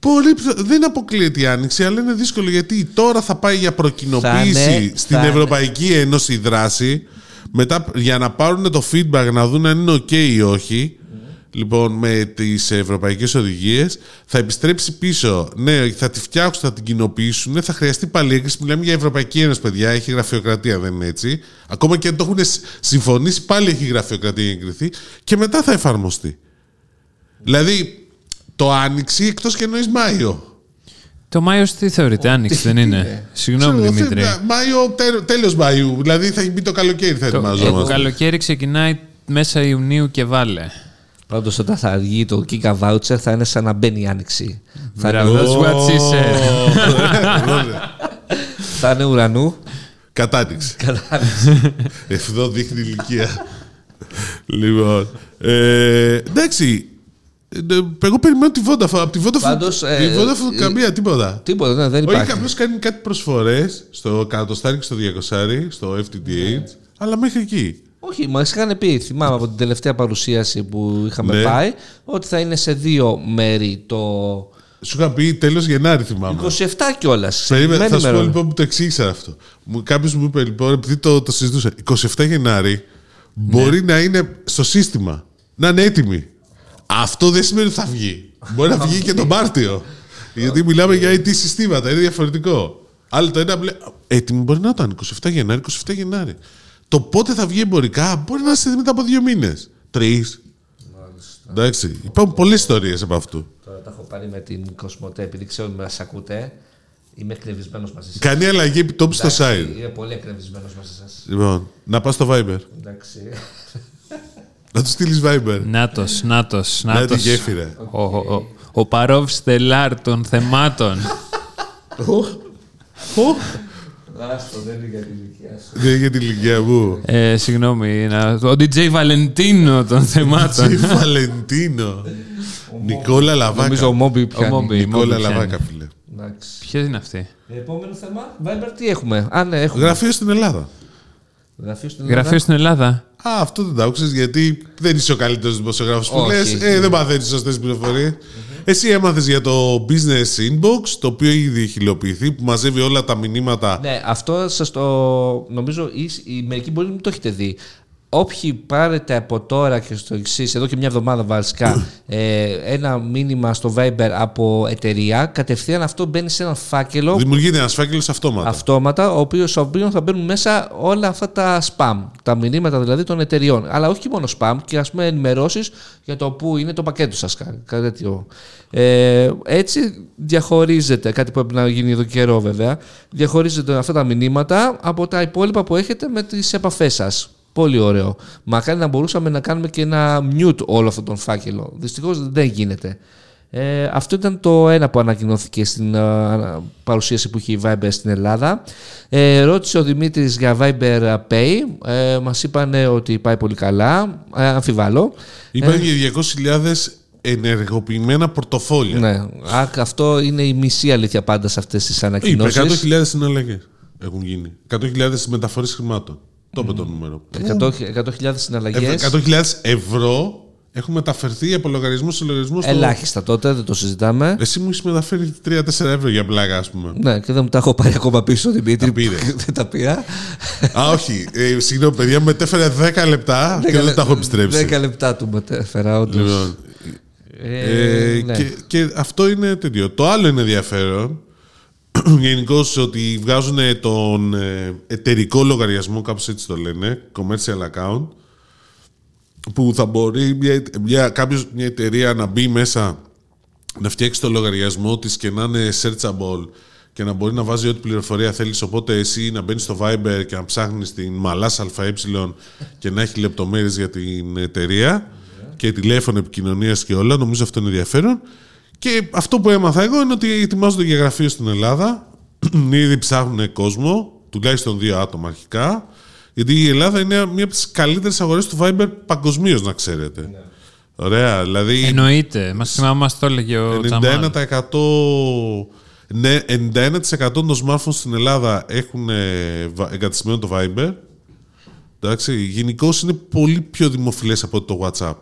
Speaker 3: Πολύ πιθα- Δεν αποκλείεται η άνοιξη, αλλά είναι δύσκολο γιατί τώρα θα πάει για προκοινοποίηση
Speaker 1: Θα είναι,
Speaker 3: στην
Speaker 1: θα είναι.
Speaker 3: Ευρωπαϊκή Ένωση η δράση. Μετά για να πάρουν το feedback να δουν αν είναι OK ή όχι. Λοιπόν, με τις ευρωπαϊκές οδηγίες θα επιστρέψει πίσω. Ναι, θα τη φτιάξουν, θα την κοινοποιήσουν. Θα χρειαστεί πάλι έγκριση. Μιλάμε για Ευρωπαϊκή Ένωση, παιδιά. Έχει γραφειοκρατία, δεν είναι έτσι. Ακόμα και αν το έχουν σ- συμφωνήσει, πάλι έχει γραφειοκρατία και εγκριθεί. Και μετά θα εφαρμοστεί. Δηλαδή, το άνοιξη εκτός και εννοείς Μάιο.
Speaker 2: το Μάιο τι θεωρείται, Άνοιξη δεν είναι. Συγγνώμη,
Speaker 3: Ξέρω,
Speaker 2: Δημήτρη.
Speaker 3: θε- Μάιο, τέλος Μαΐου. Δηλαδή θα έχει μπει το καλοκαίρι, θα
Speaker 2: Το
Speaker 3: ετοιμαζόμαστε.
Speaker 2: καλοκαίρι ξεκινάει μέσα Ιουνίου και βάλε.
Speaker 1: Πάντως όταν θα αργεί το Giga Voucher θα είναι σαν να μπαίνει η Άνοιξη. Θα
Speaker 2: Μπράβο.
Speaker 1: είναι,
Speaker 2: That's what she
Speaker 3: Ε,
Speaker 2: said.
Speaker 1: θα είναι ουρανού.
Speaker 3: Κατάνοιξη.
Speaker 1: Καλά.
Speaker 3: Εδώ δείχνει ηλικία. λοιπόν. Ε, εντάξει. Ε, Εγώ περιμένω τη Vodafone. Από τη Vodafone,
Speaker 1: Πάντως, ε,
Speaker 3: η Vodafone
Speaker 1: ε,
Speaker 3: καμία τίποτα.
Speaker 1: Τίποτα, ναι, δεν
Speaker 3: Όχι,
Speaker 1: υπάρχει.
Speaker 3: κάποιος κάνει κάτι προσφορές στο εκατοστάρι και στο διακοσάρι, στο FTTH, αλλά μέχρι εκεί.
Speaker 1: Όχι, μας είχαν πει, θυμάμαι από την τελευταία παρουσίαση που είχαμε
Speaker 3: Ναι.
Speaker 1: πάει, ότι θα είναι σε δύο μέρη το.
Speaker 3: Σου είχα πει τέλος Γενάρη, θυμάμαι.
Speaker 1: 27 κιόλα.
Speaker 3: Περίμενε, θα σου πω λοιπόν που το εξήγησα αυτό. Μου- Κάποιος μου είπε λοιπόν, επειδή το, το συζητούσα, 27 Γενάρη μπορεί να είναι στο σύστημα, να είναι έτοιμη. Αυτό δεν σημαίνει ότι θα βγει. Μπορεί να βγει και τον Μάρτιο. Γιατί μιλάμε για IT συστήματα, είναι διαφορετικό. Άλλο το ένα μπλε- Έτοιμη μπορεί να ήταν 27 Γενάρη, 27 Γενάρη. Το πότε θα βγει εμπορικά μπορεί να είναι μετά από δύο μήνες. Τρεις. Εντάξει. Υπάρχουν πολλές ιστορίες από αυτού.
Speaker 1: Τώρα τα έχω πάρει με την Κοσμοτέ, επειδή ξέρω ότι μας ακούτε. Είμαι εκνευρισμένος μαζί σας.
Speaker 3: Κάνει αλλαγή επιτόπου στο site.
Speaker 1: Είμαι πολύ εκνευρισμένος μαζί σας.
Speaker 3: Λοιπόν, να πας στο Viber.
Speaker 1: Εντάξει.
Speaker 3: Να τους στείλεις Viber.
Speaker 2: Νάτος, νάτος,
Speaker 3: Να
Speaker 2: νάτο.
Speaker 3: τη γέφυρα.
Speaker 2: Ο, ο, ο, ο Παρόβ Στελάρ των θεμάτων.
Speaker 1: Λάστο, δεν είναι για την ηλικία σου.
Speaker 3: Δεν για την ηλικία μου.
Speaker 2: ε, συγγνώμη. να- Ο DJ Βαλεντίνο των
Speaker 3: Τσι
Speaker 2: θεμάτων.
Speaker 3: Βαλεντίνο.
Speaker 1: Νομίζω
Speaker 3: Νικόλα
Speaker 1: ο
Speaker 3: Λαβάκα.
Speaker 1: Μόμπι
Speaker 2: Ο
Speaker 1: πιάνει.
Speaker 2: Μόμπι, η
Speaker 3: Νικόλα
Speaker 2: Μόμπι
Speaker 3: Λαβάκα,
Speaker 2: πιάνει.
Speaker 3: φίλε.
Speaker 1: Εντάξει.
Speaker 2: Ποια είναι αυτή.
Speaker 1: Επόμενο θέμα, Viber, τι έχουμε. Α, ναι, έχουμε.
Speaker 3: Γραφείο στην Ελλάδα.
Speaker 1: Γραφείο στην
Speaker 2: Γραφείο στην Ελλάδα.
Speaker 3: Α, αυτό δεν τα άκουσες γιατί δεν είσαι ο καλύτερος δημοσιογράφος που
Speaker 1: Όχι,
Speaker 3: λες.
Speaker 1: όχι.
Speaker 3: Ε, δεν μαθαίνεις σωστές πληροφορίες. Εσύ έμαθες για το business inbox, το οποίο ήδη έχει υλοποιηθεί, που μαζεύει όλα τα μηνύματα.
Speaker 1: Ναι, αυτό σας το. Νομίζω οι, οι μερικοί μπορεί να μην το έχετε δει. Όποιοι πάρετε από τώρα και στο εξή, εδώ και μια εβδομάδα βασικά, ε, ένα μήνυμα στο Viber από εταιρεία, κατευθείαν αυτό μπαίνει σε ένα φάκελο
Speaker 3: Δημιουργείται ένας φάκελος αυτόματα.
Speaker 1: αυτόματα, ο οποίος, στο οποίος θα μπαίνουν μέσα όλα αυτά τα spam, τα μηνύματα δηλαδή των εταιριών. Αλλά όχι μόνο spam, και ας πούμε ενημερώσεις για το που είναι το πακέτο σας, κα- κάτι τέτοιο. Ε, έτσι διαχωρίζεται, κάτι που έπρεπε να γίνει εδώ καιρό βέβαια, διαχωρίζεται αυτά τα μηνύματα από τα υπόλοιπα που έχετε με τις επαφές σας. Πολύ ωραίο. Μακάρι να μπορούσαμε να κάνουμε και ένα mute όλο αυτόν τον φάκελο. Δυστυχώς δεν γίνεται. Ε, αυτό ήταν το ένα που ανακοινώθηκε στην ε, παρουσίαση που είχε η Viber στην Ελλάδα. Ε, ρώτησε ο Δημήτρης για Viber Pay. Ε, μας είπαν ότι πάει πολύ καλά. Ε, αμφιβάλλω.
Speaker 3: Υπάρχουν
Speaker 1: Ε.
Speaker 3: και 200.000 ενεργοποιημένα πορτοφόλια.
Speaker 1: Ναι. Α, αυτό είναι η μισή αλήθεια πάντα σε αυτές τις
Speaker 3: Είπε
Speaker 1: ανακοινώσεις.
Speaker 3: 100.000 συναλλαγές έχουν γίνει. 100.000 μεταφορές χρημάτων. Το είπε το νούμερο.
Speaker 1: 100.000 συναλλαγές.
Speaker 3: 100.000 ευρώ έχουν μεταφερθεί από λογαριασμό σε λογαριασμό. στο-
Speaker 1: Ελάχιστα τότε, δεν το συζητάμε.
Speaker 3: Εσύ μου έχεις μεταφέρει 3-4 ευρώ για πλάκα, ας πούμε.
Speaker 1: Ναι, και δεν μου τα έχω πάρει ακόμα πίσω, Δημήτρη.
Speaker 3: Τα πήρε.
Speaker 1: δεν τα πήρα.
Speaker 3: α, όχι. Ε, συγγνώμη, παιδιά, μου μετέφερε 10 λεπτά και δεν τα έχω επιστρέψει.
Speaker 1: 10 λεπτά του μετέφερα, όντως.
Speaker 3: Λοιπόν,
Speaker 1: Ε,
Speaker 3: ε,
Speaker 1: ναι.
Speaker 3: και, και αυτό είναι τέτοιο. Το άλλο είναι ενδιαφέρον. Γενικώς ότι βγάζουν τον ε, εταιρικό λογαριασμό, κάπως έτσι το λένε, commercial account, που θα μπορεί μια, εται- μια, κάποιος, μια εταιρεία να μπει μέσα να φτιάξει το λογαριασμό της και να είναι searchable και να μπορεί να βάζει ό,τι πληροφορία θέλεις. Οπότε εσύ να μπαίνεις στο Viber και να ψάχνεις την Μαλάς ΑΕ και να έχει λεπτομέρειες για την εταιρεία και τηλέφωνο επικοινωνίας και όλα. Νομίζω αυτό είναι ενδιαφέρον. Και αυτό που έμαθα εγώ είναι ότι ετοιμάζονται για γραφείο στην Ελλάδα. Ήδη ψάχνουν κόσμο, τουλάχιστον δύο άτομα αρχικά. Γιατί η Ελλάδα είναι μία από τις καλύτερες αγορές του Viber παγκοσμίως, να ξέρετε. Ωραία, δηλαδή.
Speaker 2: Ε, Εννοείται. Μας θυμάμαι, μα το έλεγε
Speaker 3: Ε,
Speaker 2: ο Τσαμάν.
Speaker 3: 91%, ναι, 91% των smartphones στην Ελλάδα έχουν ε, βα- εγκατεστημένο το Viber. Εντάξει, γενικώς είναι πολύ πιο δημοφιλές από το WhatsApp.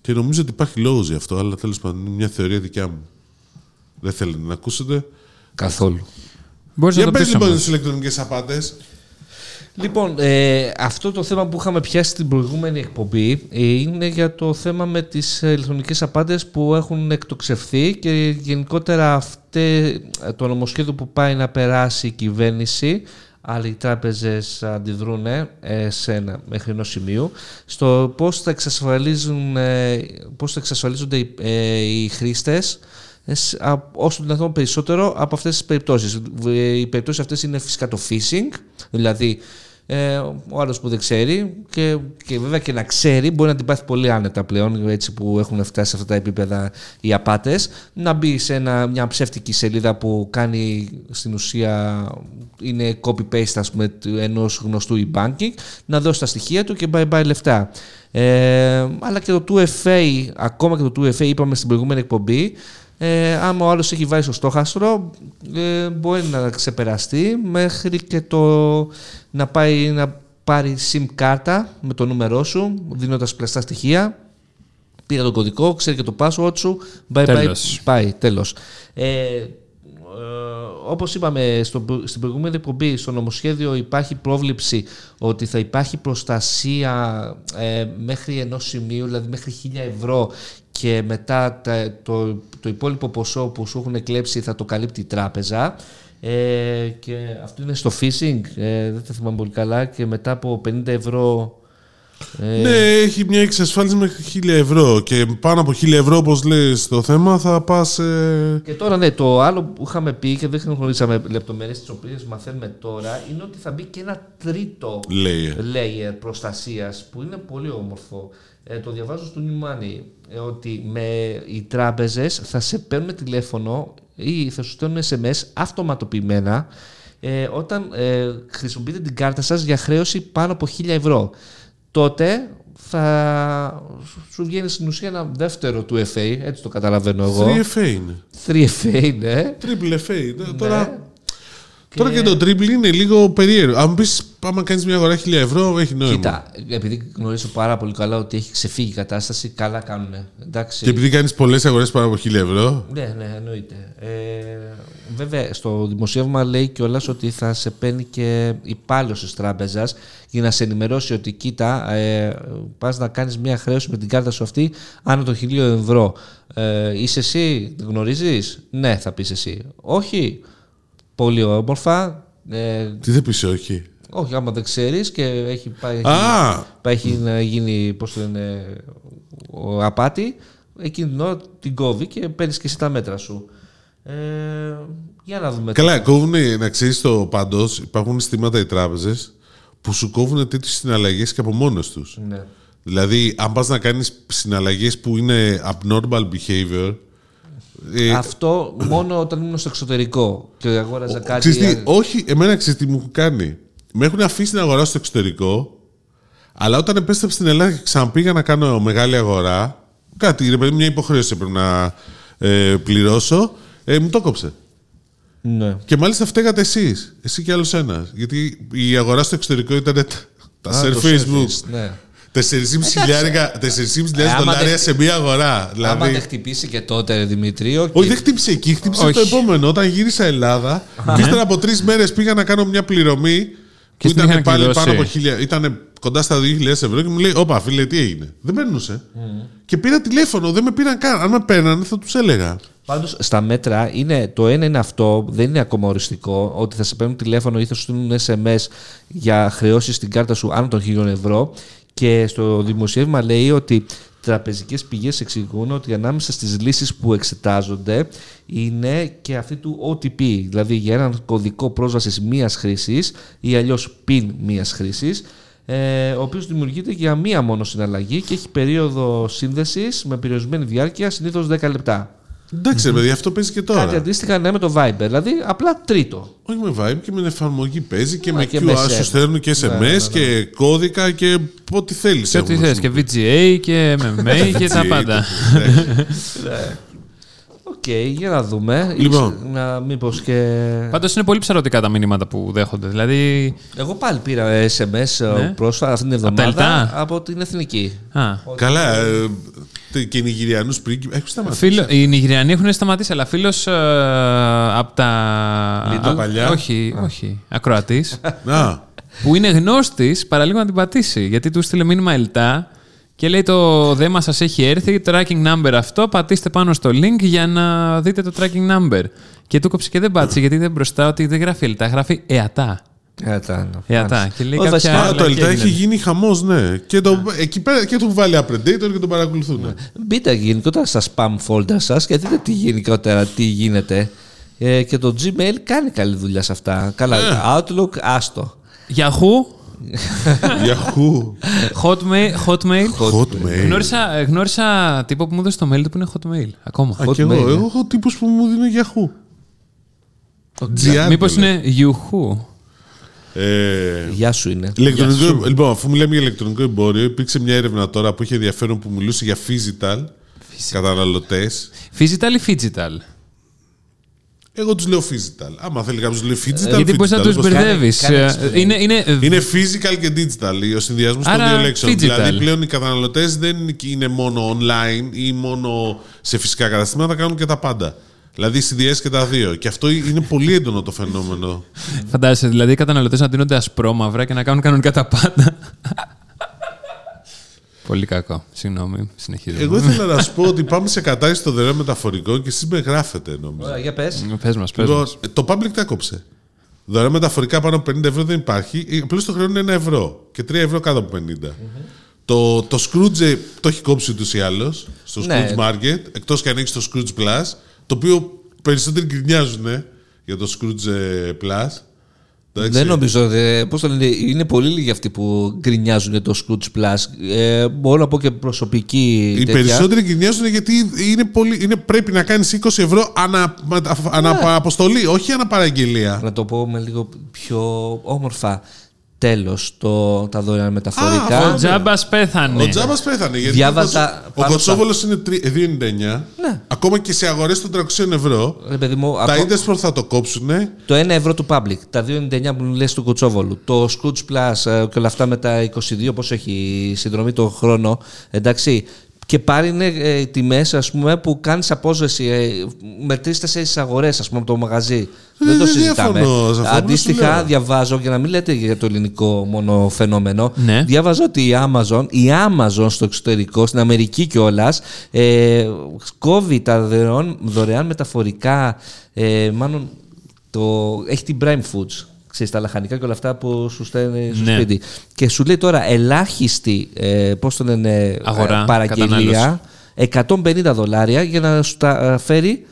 Speaker 3: Και νομίζω ότι υπάρχει λόγος γι' αυτό, αλλά τέλος πάντων είναι μια θεωρία δικιά μου. Δεν θέλετε να ακούσετε.
Speaker 1: Καθόλου.
Speaker 2: Μπορείς να
Speaker 3: Για
Speaker 2: το
Speaker 3: πες
Speaker 2: πεις
Speaker 3: λοιπόν τις ηλεκτρονικές απάτες.
Speaker 1: Λοιπόν, ε, αυτό το θέμα που είχαμε πιάσει στην προηγούμενη εκπομπή ε, είναι για το θέμα με τις ε, ηλεκτρονικές απάντες που έχουν εκτοξευθεί και γενικότερα αυτέ, ε, το νομοσχέδιο που πάει να περάσει η κυβέρνηση αλλά οι τράπεζες αντιδρούν ε, σε ένα μέχρι ενός σημείου στο πώς θα, εξασφαλίζουν, ε, πώς θα εξασφαλίζονται οι, ε, οι χρήστες ε, σ- α- όσο δυνατόν περισσότερο από αυτές τις περιπτώσεις. Ε, Οι περιπτώσεις αυτές είναι φυσικά το phishing, δηλαδή ε, ο άλλος που δεν ξέρει και, και βέβαια και να ξέρει μπορεί να την πάθει πολύ άνετα πλέον έτσι που έχουν φτάσει σε αυτά τα επίπεδα οι απάτες να μπει σε ένα, μια ψεύτικη σελίδα που κάνει στην ουσία είναι copy-paste ας πούμε του- ενός γνωστού e-banking να δώσει τα στοιχεία του και bye bye λεφτά ε, αλλά και το 2FA ακόμα και το 2FA είπαμε στην προηγούμενη εκπομπή ε, άμα ο άλλος έχει βάλει στο στόχαστρο, ε, μπορεί να ξεπεραστεί μέχρι και το να πάει να πάρει SIM κάρτα με το νούμερό σου, δίνοντας πλαστά στοιχεία. Πήρα τον κωδικό, ξέρει και το password σου. Bye
Speaker 2: Τέλος.
Speaker 1: bye, πάει, τέλος. Ε, ε, όπως είπαμε στο, στην προηγούμενη εκπομπή, στο νομοσχέδιο υπάρχει πρόβληψη ότι θα υπάρχει προστασία ε, μέχρι ενός σημείου, δηλαδή μέχρι 1000 ευρώ και μετά τα- το, το υπόλοιπο ποσό που σου έχουν κλέψει θα το καλύπτει η τράπεζα. Ε, και αυτό είναι στο phishing, ε, δεν τα θυμάμαι πολύ καλά, και μετά από 50 ευρώ ε,
Speaker 2: Ε.
Speaker 3: Ναι, έχει μια εξασφάλιση μέχρι 1000 ευρώ και πάνω από 1000 ευρώ, όπως λέει στο θέμα, θα πας... ε,
Speaker 1: Και τώρα, ναι, το άλλο που είχαμε πει και δεν γνωρίσαμε λεπτομέρειες τις οποίες μαθαίνουμε τώρα είναι ότι θα μπει και ένα τρίτο
Speaker 3: Λέει. ε.
Speaker 2: Ε,
Speaker 1: layer προστασίας που είναι πολύ όμορφο. Ε, το διαβάζω στο New Money ε, ότι με, οι τράπεζες θα σε παίρνουν τηλέφωνο ή θα σου στέλνουν SMS αυτοματοποιημένα ε, όταν ε, χρησιμοποιείτε την κάρτα σας για χρέωση πάνω από 1000 ευρώ. Τότε θα σου βγαίνει στην ουσία ένα δεύτερο του FA, έτσι το καταλαβαίνω εγώ.
Speaker 3: 3FA είναι.
Speaker 1: 3FA, ναι.
Speaker 3: Triple FA. Τώρα, τώρα και το triple είναι λίγο περίεργο. Αν πεις, άμα κάνεις μια αγορά 1000 ευρώ, έχει νόημα.
Speaker 1: Κοίτα, επειδή γνωρίζω πάρα πολύ καλά ότι έχει ξεφύγει η κατάσταση, καλά κάνουμε. Εντάξει.
Speaker 3: Και επειδή κάνεις πολλές αγορές πάνω από 1000 ευρώ.
Speaker 1: Ναι, ναι, εννοείται. Ε, βέβαια, στο δημοσίευμα λέει κιόλας ότι θα σε παίρνει και υπάλληλος της τράπεζας για να σε ενημερώσει ότι κοίτα, ε, πας να κάνεις μια χρέωση με την κάρτα σου αυτή άνω των 1000 ευρώ. Ε, είσαι εσύ, γνωρίζεις. Ναι, θα πεις εσύ. Όχι. Πολύ όμορφα. Ε,
Speaker 3: Τι θα πεις, όχι.
Speaker 1: όχι, άμα δεν ξέρεις και έχει πάει.
Speaker 3: Α,
Speaker 1: Έχει να γίνει, πώς το λένε, ο απάτη, εκείνη την ώρα την κόβει και παίρνεις και εσύ τα μέτρα σου. Ε, για να δούμε.
Speaker 3: καλά, κόβουν, να ξέρεις το παντό, υπάρχουν συστήματα οι τράπεζες που σου κόβουν τέτοιες συναλλαγές και από μόνε τους.
Speaker 1: Ναι.
Speaker 3: Δηλαδή, αν πας να κάνεις συναλλαγές που είναι abnormal behavior. ε,
Speaker 1: Αυτό μόνο όταν ήμουν στο εξωτερικό και αγόραζα κάτι.
Speaker 3: Ξέρεις τι, όχι, εμένα ξέρεις τι μου έχουν κάνει. Με έχουν αφήσει να αγοράσω στο εξωτερικό, αλλά όταν επέστρεψα στην Ελλάδα και ξαναπήγα να κάνω μεγάλη αγορά, κάτι, ρε παιδί, μου, μια υποχρέωση έπρεπε να ε, πληρώσω, ε, μου το κόψε.
Speaker 1: Ναι.
Speaker 3: Και μάλιστα φταίγατε εσείς. Εσύ και άλλος ένας. Γιατί η αγορά στο εξωτερικό ήταν τα, τα
Speaker 1: Α,
Speaker 3: share
Speaker 1: το
Speaker 3: Facebook.
Speaker 1: surface, Ναι.
Speaker 3: 4,5 χιλιάρικα- 4,5
Speaker 1: Ε, άμα
Speaker 3: δολάρια
Speaker 1: δεν-
Speaker 3: σε μία αγορά.
Speaker 1: Άμα δεν
Speaker 3: Δηλαδή.
Speaker 1: χτυπήσει και τότε, ρε Δημήτρη, οκ.
Speaker 3: Όχι, δεν χτύπησε εκεί, χτύπησε
Speaker 2: Όχι.
Speaker 3: το επόμενο. Όταν γύρισα Ελλάδα, και ύστερα από τρεις μέρες πήγα να κάνω μια πληρωμή που
Speaker 2: την είχαν
Speaker 3: ήταν πάλι
Speaker 2: κλειδώσει.
Speaker 3: πάνω από χίλια. Ήταν κοντά στα 2.000 ευρώ και μου λέει: Όπα, φίλε, τι έγινε. Δεν περνούσε. Και πήρα τηλέφωνο, δεν με πήραν καν. Αν με παίρνανε, θα τους έλεγα.
Speaker 1: Πάντως στα μέτρα είναι το ένα είναι αυτό, δεν είναι ακόμα οριστικό, ότι θα σε παίρνουν τηλέφωνο ή θα σου στείλουν SMS για χρεώσεις στην κάρτα σου άνω των 1000 ευρώ. Και στο δημοσίευμα λέει ότι τραπεζικές πηγές εξηγούν ότι ανάμεσα στις λύσεις που εξετάζονται είναι και αυτή του OTP, δηλαδή για έναν κωδικό πρόσβασης μίας χρήσης ή αλλιώς PIN μίας χρήσης, ε, ο οποίος δημιουργείται για μία μόνο συναλλαγή και έχει περίοδο σύνδεσης με περιορισμένη διάρκεια, συνήθως 10 λεπτά.
Speaker 3: Εντάξει, ρε παιδί, αυτό παίζει και τώρα.
Speaker 1: Κάτι αντίστοιχα ναι, με το Viber, δηλαδή απλά τρίτο.
Speaker 3: Όχι με Vibe και με την εφαρμογή παίζει και
Speaker 1: Μα
Speaker 3: με
Speaker 1: και
Speaker 3: QR
Speaker 1: με Ναι,
Speaker 3: σου
Speaker 1: SMS.
Speaker 3: στέλνουν και SMS και κώδικα και ό,τι θέλεις.
Speaker 2: Και ό,τι θες, και VGA και MMA και τα πάντα.
Speaker 1: Οκ, για να δούμε.
Speaker 3: Λοιπόν.
Speaker 1: Ίσως Να μήπως και...
Speaker 2: Πάντως είναι πολύ ψαρωτικά τα μηνύματα που δέχονται. Δηλαδή.
Speaker 1: Εγώ πάλι πήρα SMS
Speaker 2: Ναι.
Speaker 1: πρόσφατα αυτήν την
Speaker 2: τα
Speaker 1: εβδομάδα
Speaker 2: Ελτά?
Speaker 1: από την Εθνική.
Speaker 2: Α,
Speaker 3: Καλά. ε, τε- και οι Νιγηριανούς πρίγκιπε. Έχουν σταματήσει.
Speaker 2: Φίλο, οι Νιγηριανοί έχουν σταματήσει, αλλά φίλος από τα.
Speaker 3: Lidl?
Speaker 2: Α,
Speaker 3: Παλιά.
Speaker 2: Όχι, όχι. Ακροατής.
Speaker 3: Να.
Speaker 2: που είναι γνώστης, παραλίγο να την πατήσει. Γιατί του στείλε μήνυμα ελτά και λέει το δέμα σας έχει έρθει, tracking number αυτό. Πατήστε πάνω στο link για να δείτε το tracking number. Και του κόψε και δεν πάτησε, γιατί δεν μπροστά ότι δεν γράφει ελτά, γράφει εατά.
Speaker 3: Ε,
Speaker 1: Εατά.
Speaker 2: Εατά. Ε, Και λέει
Speaker 1: Όχι,
Speaker 2: κάποια
Speaker 1: βασικά,
Speaker 3: Α,
Speaker 2: άλλα
Speaker 3: το
Speaker 2: και
Speaker 3: Ελτά
Speaker 2: έγινε.
Speaker 3: έχει γίνει χαμός, ναι. Και το, εκεί πέρα και του βάλει a predator και τον παρακολουθούν.
Speaker 1: Μπείτε γενικότερα στα spam folder σας και δείτε τι γενικότερα τι γίνεται. Ε, και το Gmail κάνει καλή δουλειά σε αυτά. Καλά,
Speaker 3: Ε.
Speaker 1: Outlook, άστο.
Speaker 2: Yahoo,
Speaker 3: Yahoo.
Speaker 2: Hotmail. Hotmail.
Speaker 3: Hotmail.
Speaker 2: Γνώρισα, γνώρισα τύπο που μου έδωσε το mail του που είναι Hotmail. Ακόμα.
Speaker 3: Α, και εγώ.
Speaker 1: Hotmail, ε.
Speaker 3: Εγώ έχω τύπους που μου δίνει Yahoo. GR,
Speaker 2: Μήπως
Speaker 3: λέει.
Speaker 2: είναι Yahoo.
Speaker 3: Ε,
Speaker 1: Γεια σου είναι.
Speaker 3: Ηλεκτρονικό, λοιπόν, αφού μιλάμε για ηλεκτρονικό εμπόριο, υπήρξε μια έρευνα τώρα που είχε ενδιαφέρον που μιλούσε για physical καταναλωτές.
Speaker 2: Physical ή Figital.
Speaker 3: Εγώ τους λέω physical. Άμα θέλει κάποιος να λέει physical.
Speaker 2: Ε, Γιατί μπορείς να
Speaker 3: physical,
Speaker 2: τους
Speaker 3: όπως τα-
Speaker 2: μπερδεύει.
Speaker 1: κάνει εξαιρετικά.
Speaker 2: Είναι, είναι,
Speaker 3: Είναι physical και digital ο συνδυασμός των
Speaker 2: Άρα,
Speaker 3: δύο λέξεων.
Speaker 2: digital.
Speaker 3: Δηλαδή πλέον οι καταναλωτές δεν είναι μόνο online ή μόνο σε φυσικά καταστήματα, κάνουν και τα πάντα. Δηλαδή συνδυάζει και τα δύο. Και αυτό είναι πολύ έντονο το φαινόμενο.
Speaker 2: Φαντάζεσαι, δηλαδή οι καταναλωτές να δίνονται ασπρόμαυρα και να κάνουν κανονικά τα πάντα. Πολύ κακό. Συγγνώμη, συνεχίζω.
Speaker 3: Εγώ ήθελα να σου πω ότι πάμε σε κατάρρηση των δωρεάν μεταφορικών και εσείς με γράφετε νομίζω.
Speaker 1: Ωραία, για πες.
Speaker 2: Πες μας, πες
Speaker 3: Λοιπόν, το public τα κόψε. Δωρεάν μεταφορικά πάνω από 50 ευρώ δεν υπάρχει. Απλώς το χρέο είναι 1 ευρώ και 3 ευρώ κάτω από 50. Το, το Scrooge ε, το έχει κόψει ούτως ή άλλως στο Scrooge
Speaker 1: Ναι.
Speaker 3: Market, εκτός και αν έχεις το Scrooge Plus, το οποίο περισσότεροι γκρινιάζουν για το Scrooge ε, Plus. Εντάξει.
Speaker 1: Δεν νομίζω. Δε, πώς το λένε, είναι πολύ λίγοι αυτοί που γκρινιάζουν για το Scrooge Plus. Ε, μπορώ να πω και προσωπική.
Speaker 3: Οι
Speaker 1: τέτοια.
Speaker 3: περισσότεροι γκρινιάζουν γιατί είναι πολύ, είναι, πρέπει να κάνεις 20 ευρώ ανα,
Speaker 1: Ναι.
Speaker 3: ανα- αποστολή, όχι αναπαραγγελία.
Speaker 1: να το πω με λίγο πιο όμορφα. Τέλος, το, τα δωρεάν μεταφορικά.
Speaker 3: αυτό
Speaker 2: Ο Τζάμπας πέθανε.
Speaker 3: Ο Τζάμπας πέθανε. Γιατί
Speaker 1: Διάβαζα
Speaker 3: ο Κοτσο- Ο
Speaker 1: Ναι. πάνω στα- Ναι.
Speaker 3: Κοτσόβολο είναι τρι- 2,99. Ακόμα και σε αγορές των 300 ευρώ.
Speaker 1: Ρε παιδί μου,
Speaker 3: Τα
Speaker 1: ακο-
Speaker 3: Intersport θα το κόψουν.
Speaker 1: Το 1 ευρώ του public, τα 2,99 που λες του Κοτσόβολου, το Scrooge Plus ε, και όλα αυτά με τα 22 πόσο έχει η συνδρομή το χρόνο, εντάξει. Και πάρει είναι ε, τιμές ας πούμε που κάνεις απόσβεση ε, με τρεις-τέσσερις αγορές ας πούμε από το μαγαζί. Δεν το
Speaker 3: Ε, δεν
Speaker 1: συζητάμε.
Speaker 3: διαφωνώ σε αυτό, απλά σου
Speaker 1: Αντίστοιχα
Speaker 3: λέω.
Speaker 1: διαβάζω για να μην λέτε για το ελληνικό μόνο φαινόμενο.
Speaker 2: Ναι.
Speaker 1: Διάβαζα ότι η Amazon, η Amazon στο εξωτερικό, στην Αμερική κιόλας, ε, κόβει τα δωρεάν, δωρεάν μεταφορικά. Ε, μάλλον το, έχει την Prime Foods. Ξέρεις, τα λαχανικά και όλα αυτά που σου στέλνει στο
Speaker 2: Ναι.
Speaker 1: σπίτι. Και σου λέει τώρα ελάχιστη ε, πώς το λένε, ε,
Speaker 2: Αγορά,
Speaker 1: παραγγελία 150 δολάρια για να σου τα ε, φέρει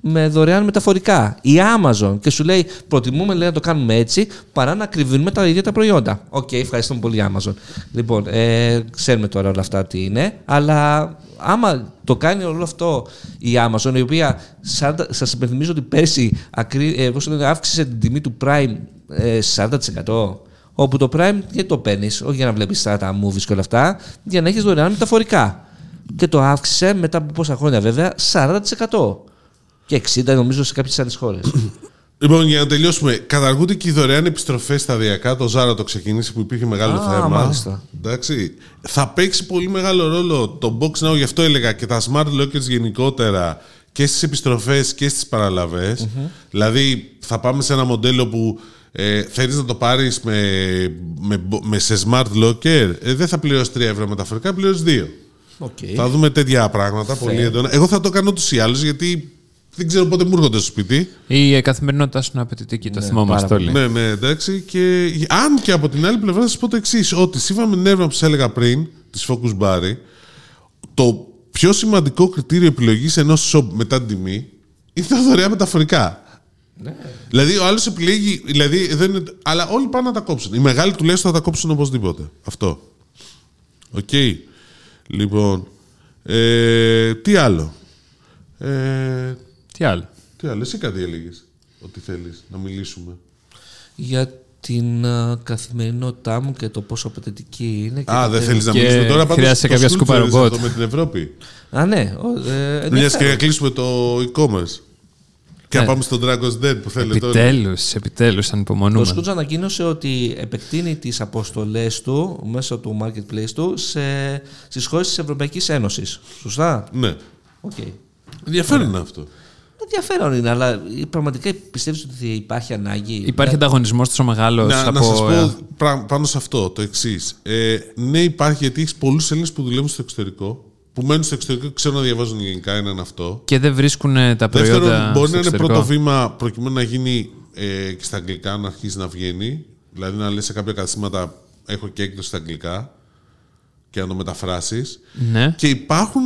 Speaker 1: με δωρεάν μεταφορικά. Η Amazon και σου λέει: Προτιμούμε λέει, να το κάνουμε έτσι παρά να κρυβίνουμε τα ίδια τα προϊόντα. Οκ, ευχαριστούμε πολύ Amazon. Λοιπόν, ε, ξέρουμε τώρα όλα αυτά τι είναι, αλλά άμα το κάνει όλο αυτό η Amazon, η οποία σας υπενθυμίζω ότι πέρσι ακρι, ε, πώς το λένε, αύξησε την τιμή του Prime ε, 40%. Όπου το Prime γιατί το παίρνεις, όχι για να βλέπεις τα movies και όλα αυτά, για να έχεις δωρεάν μεταφορικά. Και το αύξησε μετά από πόσα χρόνια βέβαια 40%. Και 60 νομίζω σε κάποιες άλλες χώρες.
Speaker 3: Λοιπόν, για να τελειώσουμε, καταργούνται και οι δωρεάν επιστροφές σταδιακά. Το Ζάρα το ξεκίνησε που υπήρχε μεγάλο
Speaker 1: Α,
Speaker 3: θέμα.
Speaker 1: μάλιστα.
Speaker 3: Εντάξει. Θα παίξει πολύ μεγάλο ρόλο το Box Now, γι' αυτό έλεγα και τα smart lockers γενικότερα και στις επιστροφές και στις παραλαβε Δηλαδή, θα πάμε σε ένα μοντέλο που ε, θέλεις να το πάρεις με, με, μπο- με, σε smart locker, ε, δεν θα πληρώσεις 3 ευρώ μεταφορικά, πληρώσει 2.
Speaker 1: Okay.
Speaker 3: Θα δούμε τέτοια πράγματα πολύ έντονα. Εγώ θα το κάνω του ή άλλου γιατί δεν ξέρω πότε μου έρχονται στο σπίτι.
Speaker 2: Η ε, καθημερινότητά σου είναι απαιτητική, το θυμόμαστε
Speaker 1: πάρα
Speaker 2: όλοι.
Speaker 3: Ναι, ναι, εντάξει. Και αν και από την άλλη πλευρά, θα σα πω το εξής: Ότι σύμφωνα με την έρευνα που σας έλεγα πριν, της Focus Barry, το πιο σημαντικό κριτήριο επιλογής ενός shop μετά την τιμή είναι τα δωρεά μεταφορικά. Δηλαδή, ο άλλος επιλέγει. Δηλαδή, δεν είναι, αλλά όλοι πάνε να τα κόψουν. Οι μεγάλοι τουλάχιστον θα τα κόψουν οπωσδήποτε. Αυτό. Οκ. Λοιπόν. Ε, τι άλλο. Ε,
Speaker 2: Τι άλλο.
Speaker 3: τι άλλο. Εσύ κάτι έλεγες. Ότι θέλεις να μιλήσουμε.
Speaker 1: για την α, καθημερινότητά μου και το πόσο απαιτητική είναι. Και
Speaker 3: Α,
Speaker 1: το τέλος.
Speaker 3: δεν θέλεις να
Speaker 2: Και
Speaker 3: μιλήσουμε τώρα. Πάντως,
Speaker 2: χρειάζεσαι
Speaker 3: το
Speaker 2: κάποια
Speaker 3: Scrooge
Speaker 2: σκούπα
Speaker 3: θέλεις
Speaker 2: ρομπότ.
Speaker 3: αυτό με την Ευρώπη.
Speaker 1: Α, ναι. ο- ε,
Speaker 3: Μιας
Speaker 1: ενδιαφέρον.
Speaker 3: και να κλείσουμε το e-commerce. Και να
Speaker 2: Ναι.
Speaker 3: πάμε στο Dragon's Den που θέλετε τώρα.
Speaker 2: Επιτέλους, επιτέλους,
Speaker 1: Το
Speaker 2: ανυπομονούμε.
Speaker 1: Σκούτζ ανακοίνωσε ότι επεκτείνει τις αποστολές του μέσω του marketplace του σε, στις χώρες της Ευρωπαϊκής Ένωσης. Σωστά.
Speaker 3: Ναι.
Speaker 1: Οκ.
Speaker 3: Ενδιαφέρον είναι αυτό.
Speaker 1: Ενδιαφέρον είναι, αλλά πραγματικά πιστεύεις ότι υπάρχει ανάγκη.
Speaker 2: Υπάρχει ανταγωνισμός τόσο μεγάλος
Speaker 3: Ναι. Να,
Speaker 2: από.
Speaker 3: να σας
Speaker 2: ε,
Speaker 3: πω πρά- πάνω σε αυτό το εξής. Ε, ναι, υπάρχει γιατί έχεις πολλούς Έλληνες που δουλεύουν στο εξωτερικό, που μένουν στο εξωτερικό και ξέρουν να διαβάζουν ελληνικά, έναν αυτό.
Speaker 2: Και δεν βρίσκουν ε, τα προϊόντα.
Speaker 3: Δεύτερον, μπορεί
Speaker 2: στο
Speaker 3: να είναι
Speaker 2: εξωτερικό.
Speaker 3: πρώτο βήμα προκειμένου να γίνει ε, και στα αγγλικά να αρχίσει να βγαίνει. Δηλαδή να λες σε κάποια καταστήματα έχω και έκδοση στα αγγλικά και να το μεταφράσεις.
Speaker 2: Ναι.
Speaker 3: Και υπάρχουν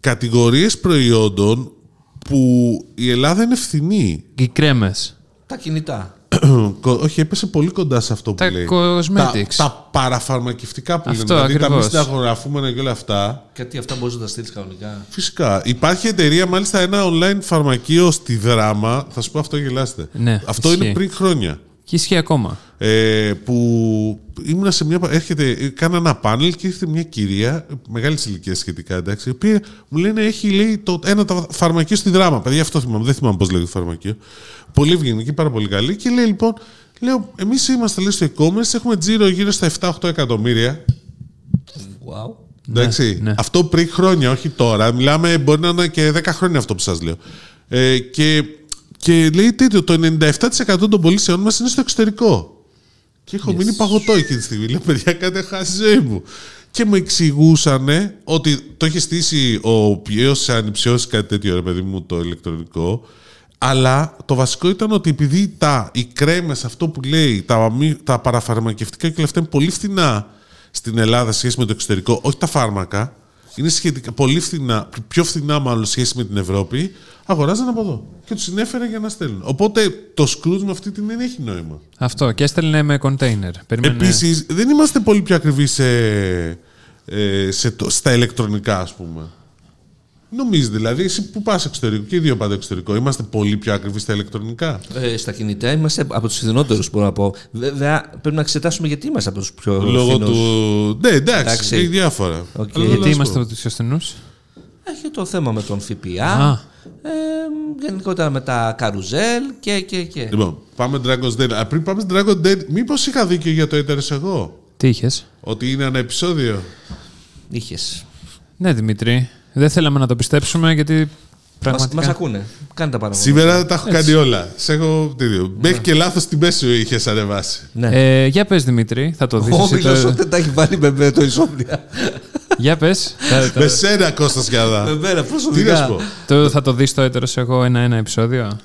Speaker 3: κατηγορίες προϊόντων που η Ελλάδα είναι φθηνή.
Speaker 2: Και οι κρέμες.
Speaker 1: Τα κινητά.
Speaker 3: Κο- Όχι, έπεσε πολύ κοντά σε αυτό που
Speaker 2: Τα
Speaker 3: λέει.
Speaker 2: cosmetics.
Speaker 3: Τα, τα παραφαρμακευτικά που λένε.
Speaker 2: Αυτό
Speaker 3: Δηλαδή τα μη
Speaker 2: ακριβώς.
Speaker 3: συνταγογραφούμενα και όλα αυτά.
Speaker 1: Γιατί αυτά μπορείς να τα στείλεις κανονικά.
Speaker 3: Φυσικά. Υπάρχει εταιρεία, μάλιστα ένα online φαρμακείο στη Δράμα. Θα σου πω αυτό, γελάστε.
Speaker 2: Ναι,
Speaker 3: αυτό
Speaker 2: ισχύει.
Speaker 3: είναι πριν χρόνια.
Speaker 2: Και ισχύει ακόμα.
Speaker 3: Ε, που ήμουνα σε μια. Έρχεται, ε, κάνα ένα πάνελ και ήρθε μια κυρία, μεγάλης ηλικίας σχετικά, εντάξει, η οποία μου λένε έχει λέει, το, ένα το φαρμακείο στη δράμα. Παιδιά, αυτό θυμάμαι, δεν θυμάμαι πώς λέγεται το φαρμακείο. Πολύ ευγενική, πάρα πολύ καλή. Και λέει λοιπόν, λέω, εμείς είμαστε λέει, στο e-commerce, έχουμε τζίρο γύρω στα 7-8 εκατομμύρια.
Speaker 1: Wow.
Speaker 3: Εντάξει.
Speaker 2: ναι.
Speaker 3: Αυτό πριν χρόνια, όχι τώρα. Μιλάμε, μπορεί να είναι και 10 χρόνια αυτό που σας λέω. Ε, και, και λέει τέτοιο, το 97% των πωλήσεών μας είναι στο εξωτερικό. Και έχω μείνει παγωτό εκείνη τη στιγμή. Λέω, παιδιά, κάντε χάσει ζωή μου. Και μου εξηγούσανε ότι το είχε στήσει ο Πιέος Ανιψιό κάτι τέτοιο, ρε παιδί μου, το ηλεκτρονικό. Αλλά το βασικό ήταν ότι επειδή τα, οι κρέμες, αυτό που λέει, τα, μη- τα παραφαρμακευτικά και όλα αυτά είναι πολύ φθηνά στην Ελλάδα σε σχέση με το εξωτερικό, όχι τα φάρμακα, είναι σχετικά πολύ φθηνά, πιο φθηνά μάλλον σε σχέση με την Ευρώπη, αγοράζαν από εδώ. Και τους συνέφερε για να στέλνουν. Οπότε το Scrooge με αυτή την έννοια έχει νόημα.
Speaker 2: Αυτό. Και έστελνε με κοντέινερ. Περίμενε.
Speaker 3: Επίσης, δεν είμαστε πολύ πιο ακριβείς σε, ε, σε το- στα ηλεκτρονικά, ας πούμε. Νομίζετε, δηλαδή, εσύ που πας εξωτερικό και οι δύο πάντα εξωτερικό, είμαστε πολύ πιο ακριβεί στα ηλεκτρονικά.
Speaker 1: Ε, στα κινητά είμαστε από τους φθηνότερους μπορώ να πω. Βέβαια πρέπει να εξετάσουμε γιατί είμαστε από τους πιο
Speaker 3: λόγω
Speaker 1: φθηνούς.
Speaker 3: του. Ναι, εντάξει,
Speaker 1: Εντάξει.
Speaker 3: έχει διάφορα.
Speaker 1: Οκ.
Speaker 3: Αλλά
Speaker 2: Γιατί
Speaker 3: να σου
Speaker 2: είμαστε
Speaker 3: πω.
Speaker 2: από τους ασθενούς.
Speaker 1: Έχει Ε, το θέμα με τον ΦΠΑ.
Speaker 2: Α.
Speaker 1: Ε, γενικότερα με τα καρουζέλ και. και, και.
Speaker 3: Λοιπόν, πάμε Dragon's Den. Α, πριν πάμε στην Dragon's Den, μήπως είχα δίκιο για το Eterus εγώ.
Speaker 2: Τι είχες.
Speaker 3: Ότι είναι ένα επεισόδιο.
Speaker 1: Είχες.
Speaker 2: Ναι, Δημήτρη. Δεν θέλαμε να το πιστέψουμε γιατί. Πραγματικά.
Speaker 1: Μας ακούνε. Κάνε τα παραγωγή.
Speaker 3: Σήμερα τα έχω κάνει όλα. Σε έχω τέτοιο. Μέχρι και λάθος την μέση είχες ανεβάσει.
Speaker 1: Ναι.
Speaker 2: Ε, για πες Δημήτρη, θα το δεις
Speaker 1: Ο
Speaker 2: εσύ
Speaker 1: Μίλος
Speaker 2: το...
Speaker 1: ούτε τα έχει βάλει με, με το ισόμνια.
Speaker 2: Για πες, θα,
Speaker 3: Με
Speaker 2: το,
Speaker 3: σένα, Κώστας
Speaker 1: με
Speaker 3: Σκιαδά.
Speaker 1: μένα
Speaker 3: Τι
Speaker 1: προσωπικά.
Speaker 3: να σου πω.
Speaker 2: το, θα το δεις το έτερος εγώ ένα-ένα επεισόδιο.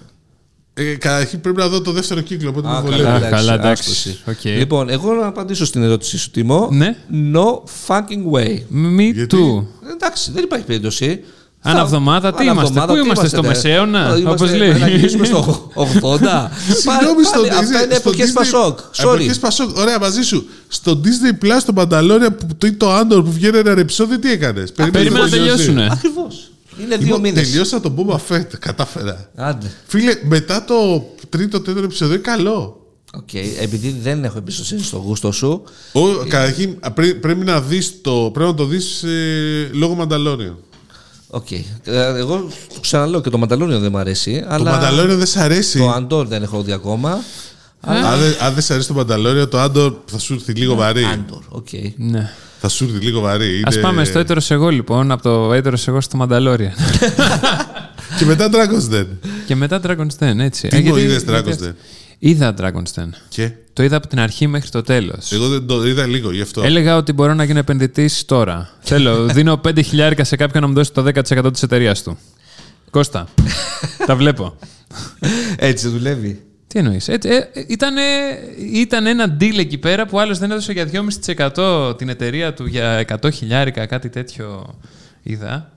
Speaker 3: Ε, καταρχήν πρέπει να δω το δεύτερο κύκλο, οπότε
Speaker 1: Α,
Speaker 3: με
Speaker 1: καλά,
Speaker 3: βολεύει.
Speaker 2: Α,
Speaker 1: εντάξει,
Speaker 2: καλά, εντάξει.
Speaker 1: άστοση.
Speaker 2: Οκ.
Speaker 1: Λοιπόν, εγώ να απαντήσω στην ερώτησή σου, Τιμό.
Speaker 2: Ναι.
Speaker 1: No fucking way.
Speaker 2: Me
Speaker 3: Γιατί?
Speaker 2: too.
Speaker 1: Εντάξει, δεν υπάρχει περίπτωση.
Speaker 2: Ανά
Speaker 1: Θα-
Speaker 2: εβδομάδα τι
Speaker 1: ανά
Speaker 2: είμαστε,
Speaker 1: εβδομάδα
Speaker 2: πού
Speaker 1: τι
Speaker 2: είμαστε, στο
Speaker 1: ναι.
Speaker 2: μεσαίωνα,
Speaker 1: Είμαστε-
Speaker 2: όπως λέει.
Speaker 1: Να γυρίσουμε στο 80.
Speaker 3: Συγγνώμη, στο
Speaker 1: Πάλι- Αυτά
Speaker 3: Disney.
Speaker 1: είναι
Speaker 3: στο
Speaker 1: εποχές
Speaker 3: Disney-
Speaker 1: Πασόκ. Sorry.
Speaker 3: Εποχές Πασόκ, ωραία, μαζί σου. Στο Disney Plus, το Mandalorian που- το- ή το Andor που βγαίνει ένα επεισόδιο, τι έκανες.
Speaker 2: Περίμενα να
Speaker 3: ε.
Speaker 2: τελειώσουνε.
Speaker 1: Ακριβώς. Είναι δύο μήνε.
Speaker 3: Λοιπόν, Τελειώσα τον Boba Fett, κατάφερα.
Speaker 1: Άντε.
Speaker 3: Φίλε, μετά το τρίτο, τέταρτο επεισόδιο, καλό.
Speaker 1: Οκ, επειδή δεν έχω εμπιστοσύνη στο γούστο σου,
Speaker 3: Ο,
Speaker 1: Ε.
Speaker 3: καταρχήν, α, πρέ- πρέπει να, δεις το, πρέπει να το δεις ε, λόγω Mandalorian.
Speaker 1: οκ. Ε, Εγώ το ξαναλέω και το Μανταλόνιο δεν μου αρέσει,
Speaker 3: Το
Speaker 1: αλλά
Speaker 3: Mandalorian δεν σ' αρέσει.
Speaker 1: το Ε. Αντόρ δεν έχω δει ακόμα.
Speaker 3: Αν δεν- αν δεν σ' αρέσει το Mandalorian, το Andor θα σου έρθει
Speaker 1: Ε,
Speaker 3: λίγο βαρύ.
Speaker 1: Αντόρ, οκ.
Speaker 2: Ναι.
Speaker 3: Θα σου έρθει λίγο βαρύ.
Speaker 2: Ας
Speaker 3: Είναι-
Speaker 2: πάμε στο έτερος εγώ λοιπόν, από το έτερος εγώ στο Μανταλόρια.
Speaker 3: Και μετά Dragon's Den.
Speaker 2: και μετά Dragon's Den, έτσι.
Speaker 3: Τι
Speaker 2: Ε,
Speaker 3: μου
Speaker 2: γιατί-
Speaker 3: είδες
Speaker 2: γιατί-
Speaker 3: Dragon's Den?
Speaker 2: Είδα Dragon's Den.
Speaker 3: Και.
Speaker 2: Το είδα από την αρχή μέχρι το τέλος.
Speaker 3: Εγώ δεν το είδα λίγο γι'
Speaker 1: Ε,
Speaker 3: αυτό.
Speaker 2: Έλεγα ότι μπορώ να γίνω επενδυτής τώρα. Θέλω, δίνω 5 χιλιάρικα σε κάποιον να μου δώσει το 10% της εταιρείας του. Κώστα. τα βλέπω.
Speaker 1: Έτσι δουλεύει.
Speaker 2: Τι Τι εννοείς. Ε, ε, ήταν, ήταν ένα deal εκεί πέρα που άλλο δεν έδωσε για 2,5% την εταιρεία του για 100 χιλιάρικα, κάτι τέτοιο είδα.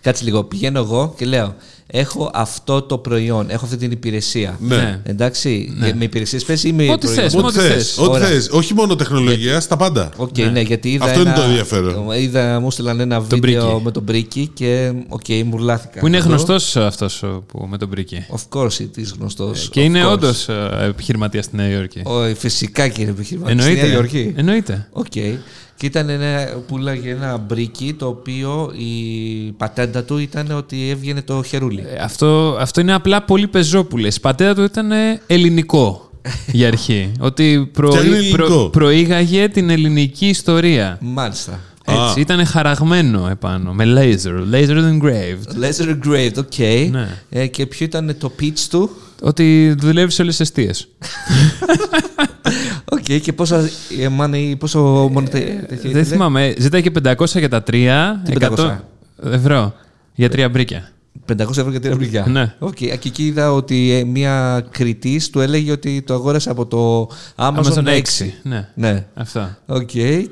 Speaker 1: Κάτσε λίγο. Πηγαίνω εγώ και λέω: Έχω αυτό το προϊόν, έχω αυτή την υπηρεσία.
Speaker 3: Ναι.
Speaker 2: Ναι.
Speaker 1: Εντάξει, ε, με υπηρεσίες θες ή με.
Speaker 2: Ό,τι
Speaker 1: προϊόν?
Speaker 2: θες.
Speaker 3: Ό,τι
Speaker 2: Ό,τι
Speaker 3: θες,
Speaker 2: θες.
Speaker 3: Ό,τι
Speaker 1: Ωραία.
Speaker 3: θες. Όχι μόνο τεχνολογία, στα πάντα.
Speaker 1: Οκ, ναι. γιατί είδα.
Speaker 3: Αυτό είναι
Speaker 1: ένα-
Speaker 3: το ενδιαφέρον.
Speaker 1: Είδα, μου έστειλαν ένα βίντεο
Speaker 2: Μπρίκι.
Speaker 1: με τον Μπρίκι και οκ, μουρλάθηκα.
Speaker 2: Που είναι
Speaker 1: Αυτό.
Speaker 2: γνωστός αυτός με τον Πρίκη.
Speaker 1: Of course, it is γνωστό.
Speaker 2: Ε, Και είναι όντως επιχειρηματίας στη Νέα Υόρκη.
Speaker 1: Φυσικά και είναι επιχειρηματή.
Speaker 2: Εννοείται. Ε, ναι.
Speaker 1: Στη Νέα Υόρκη.
Speaker 2: Εννοείται.
Speaker 1: Οκ. Και ήταν ένα, πουλάγε ένα μπρίκι το οποίο η πατέντα του ήταν ότι έβγαινε το χερούλι.
Speaker 2: Ε, Αυτό, αυτό είναι απλά πολύ πεζό που λες. Η πατέρα του ήταν ε, ελληνικό για αρχή. ότι προ,
Speaker 3: Και είναι ελληνικό.
Speaker 2: προήγαγε την ελληνική ιστορία.
Speaker 1: Μάλιστα.
Speaker 2: Έτσι, ήταν χαραγμένο επάνω με laser, laser engraved.
Speaker 1: Lesser Grave, οκ.
Speaker 2: Ναι.
Speaker 1: Ε, και ποιο ήταν το pitch του.
Speaker 2: Ότι δουλεύεις σε όλες τις αιστείες.
Speaker 1: Οκ. Και πόσα ε, money, πόσο μόνο
Speaker 2: Δεν θυμάμαι. Ζητάει και 500 για τα τρία.
Speaker 1: Τι 500?
Speaker 2: ευρώ για τρία μπρίκια.
Speaker 1: 500 ευρώ για την βρυγιά.
Speaker 2: Ναι.
Speaker 1: Οκ. Και εκεί είδα ότι ε, μία κριτής του έλεγε ότι το αγόρασε από το Amazon,
Speaker 2: Amazon
Speaker 1: 6.
Speaker 2: 6. Ναι.
Speaker 1: Ναι.
Speaker 2: Αυτά.
Speaker 1: Οκ.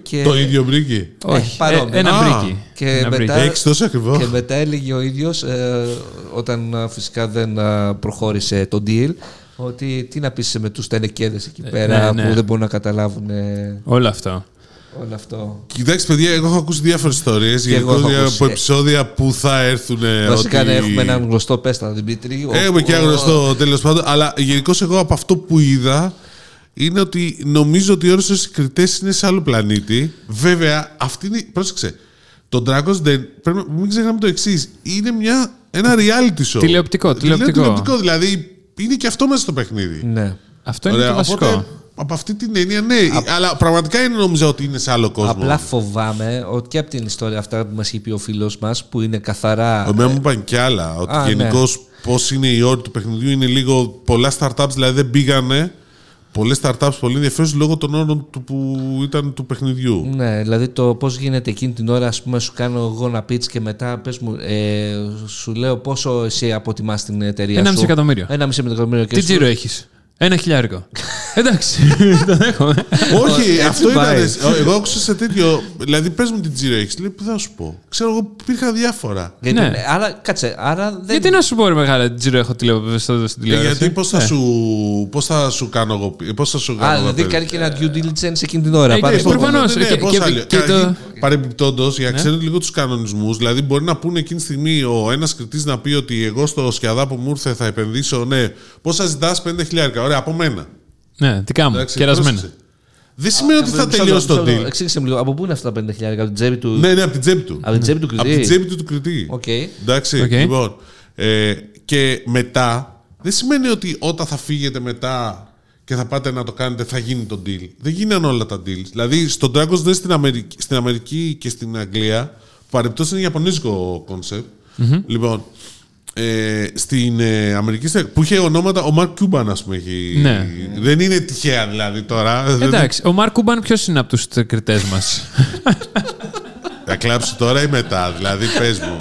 Speaker 1: και...
Speaker 3: Το ίδιο μπρίκι.
Speaker 1: Ε,
Speaker 2: Όχι.
Speaker 1: παρόμοιο.
Speaker 2: ε, ένα
Speaker 3: Α,
Speaker 2: μπρίκι.
Speaker 1: και
Speaker 2: Ένα
Speaker 1: μετά-
Speaker 2: μπρίκι.
Speaker 3: Έχει τόσο ακριβό.
Speaker 1: Ε, Και μετά έλεγε ο ίδιος, ε, όταν ε, φυσικά δεν ε, προχώρησε το deal, ότι τι να πεις με τους τενεκέδες εκεί πέρα
Speaker 2: ναι, ναι.
Speaker 1: που δεν μπορούν να καταλάβουν ε,
Speaker 2: Όλο αυτό.
Speaker 1: όλο αυτό.
Speaker 3: Κοιτάξτε, παιδιά, εγώ έχω ακούσει διάφορες ιστορίες
Speaker 1: εγώ έχω
Speaker 3: γενικώ
Speaker 1: ακούσει. ε.
Speaker 3: από επεισόδια που θα έρθουν.
Speaker 1: Βασικά ναι, έχουμε έναν γνωστό πέστα, Δημήτρη. ο-
Speaker 3: Έχουμε Ε, και
Speaker 1: ο-
Speaker 3: ένα γνωστό τέλος πάντων. Αλλά γενικώς εγώ από αυτό που είδα είναι ότι νομίζω ότι οι όρε κριτές είναι σε άλλο πλανήτη. Βέβαια, αυτή είναι. Πρόσεξε. Το Dragon's Den, πρέπει, να- μην ξεχνάμε το εξής. Είναι μια, ένα reality show.
Speaker 2: Τηλεοπτικό,
Speaker 3: Είναι
Speaker 2: τηλεοπτικό.
Speaker 3: τηλεοπτικό, δηλαδή είναι και αυτό μέσα στο παιχνίδι.
Speaker 1: Ναι.
Speaker 2: Αυτό είναι το βασικό.
Speaker 3: οπότε, από αυτή την έννοια, ναι. Αλλά πραγματικά είναι νόμιζα ότι είναι σε άλλο κόσμο.
Speaker 1: Απλά φοβάμαι ότι και από την ιστορία αυτά που μας είπε ο φίλος μας, που είναι καθαρά...
Speaker 3: Εμένα μου είπαν κι άλλα. Ότι
Speaker 1: Ε, Α, ναι.
Speaker 3: γενικώς πώς είναι η όρη του παιχνιδιού είναι λίγο. Πολλά startups δηλαδή δεν πήγανε. Πολλές startups πολύ ενδιαφέρουσε λόγω των όρων του που ήταν του παιχνιδιού.
Speaker 1: Ναι, δηλαδή το πώς γίνεται εκείνη την ώρα, ας πούμε, σου κάνω εγώ ένα pitch και μετά πες μου, ε, σου λέω πόσο εσύ αποτιμάς την εταιρεία
Speaker 2: Ένα
Speaker 1: σου.
Speaker 2: μισή εκατομμύριο.
Speaker 1: Ένα μισή εκατομμύριο και
Speaker 2: Τι
Speaker 1: σου-
Speaker 2: τζίρο έχεις. Ένα χιλιάρικο. Εντάξει, ε. το δέχομαι.
Speaker 3: Όχι, αυτό ήταν.
Speaker 1: Ναι. πάει.
Speaker 3: Εγώ άκουσα σε τέτοιο. Δηλαδή, πες μου την τζίρα έχεις. Λέει, που θα σου πω. Ξέρω, εγώ υπήρχαν διάφορα.
Speaker 1: Γιατί,
Speaker 2: Ναι.
Speaker 1: ναι, άρα, κάτσε, άρα δεν.
Speaker 2: Γιατί να σου πω, ρε μεγάλα τι τζίρο έχω τηλε- στο- στην
Speaker 3: Ε,
Speaker 2: τηλεόραση.
Speaker 3: γιατί πώς θα,
Speaker 2: Ε,
Speaker 3: σου, πώς θα σου κάνω εγώ. Πώς θα σου κάνω
Speaker 1: Ναι. Α,
Speaker 3: εγώ
Speaker 1: δηλαδή
Speaker 3: παιδί.
Speaker 1: κάνει και ένα
Speaker 3: ε.
Speaker 1: due diligence εκείνη την ώρα.
Speaker 2: Ε,
Speaker 1: Πάρε
Speaker 2: ε,
Speaker 1: το-
Speaker 2: προφανώς.
Speaker 3: Ναι, ναι,
Speaker 2: Και-
Speaker 3: πώς
Speaker 2: και-
Speaker 3: άλλο.
Speaker 2: και το- Ναι.
Speaker 3: Καταρχήν, παρεμπιπτόντως, για να ξέρετε λίγο τους κανονισμούς, δηλαδή μπορεί να πούνε εκείνη τη στιγμή ο ένας κριτής να πει ότι εγώ στο σκιαδά που μου ήρθε θα επενδύσω, ναι, πόσα ζητά 5.000. Ωραία, από μένα.
Speaker 2: Ναι, τι κάνω,
Speaker 3: Εντάξει,
Speaker 2: κερασμένα.
Speaker 3: πρόσεξε. Δεν σημαίνει ότι θα
Speaker 1: Μισό
Speaker 3: τελειώσει
Speaker 1: λεπτό,
Speaker 3: το
Speaker 1: μισό λεπτό.
Speaker 3: deal.
Speaker 1: Εξήγησε μου λίγο, από πού είναι αυτά τα 50.000 από την τσέπη του.
Speaker 3: Ναι, ναι, από την τσέπη του.
Speaker 1: Από την τσέπη του
Speaker 3: Από την
Speaker 1: κριτή.
Speaker 3: τσέπη του του κριτή.
Speaker 1: Οκ.
Speaker 3: Εντάξει,
Speaker 2: Οκ.
Speaker 3: λοιπόν. Ε, και μετά, δεν σημαίνει ότι όταν θα φύγετε μετά και θα πάτε να το κάνετε θα γίνει το deal. Δεν γίνανε όλα τα deals. Δηλαδή, στον Dragon's Den στην Αμερική, στην Αμερική και στην Αγγλία, που παρεπτώσει είναι ιαπωνέζικο κόνσεπτ, λοιπόν, ε, στην ε, Αμερική, στα- που είχε ονόματα, ο Mark Cuban, ας πούμε, έχει...
Speaker 2: Ναι.
Speaker 3: Δεν είναι τυχαία, δηλαδή, τώρα. Δεν- Ε,
Speaker 2: Εντάξει, ο Μάρκ Κούμπαν ποιος είναι από τους κριτές μας.
Speaker 3: Θα κλάψω τώρα ή μετά, δηλαδή πες μου.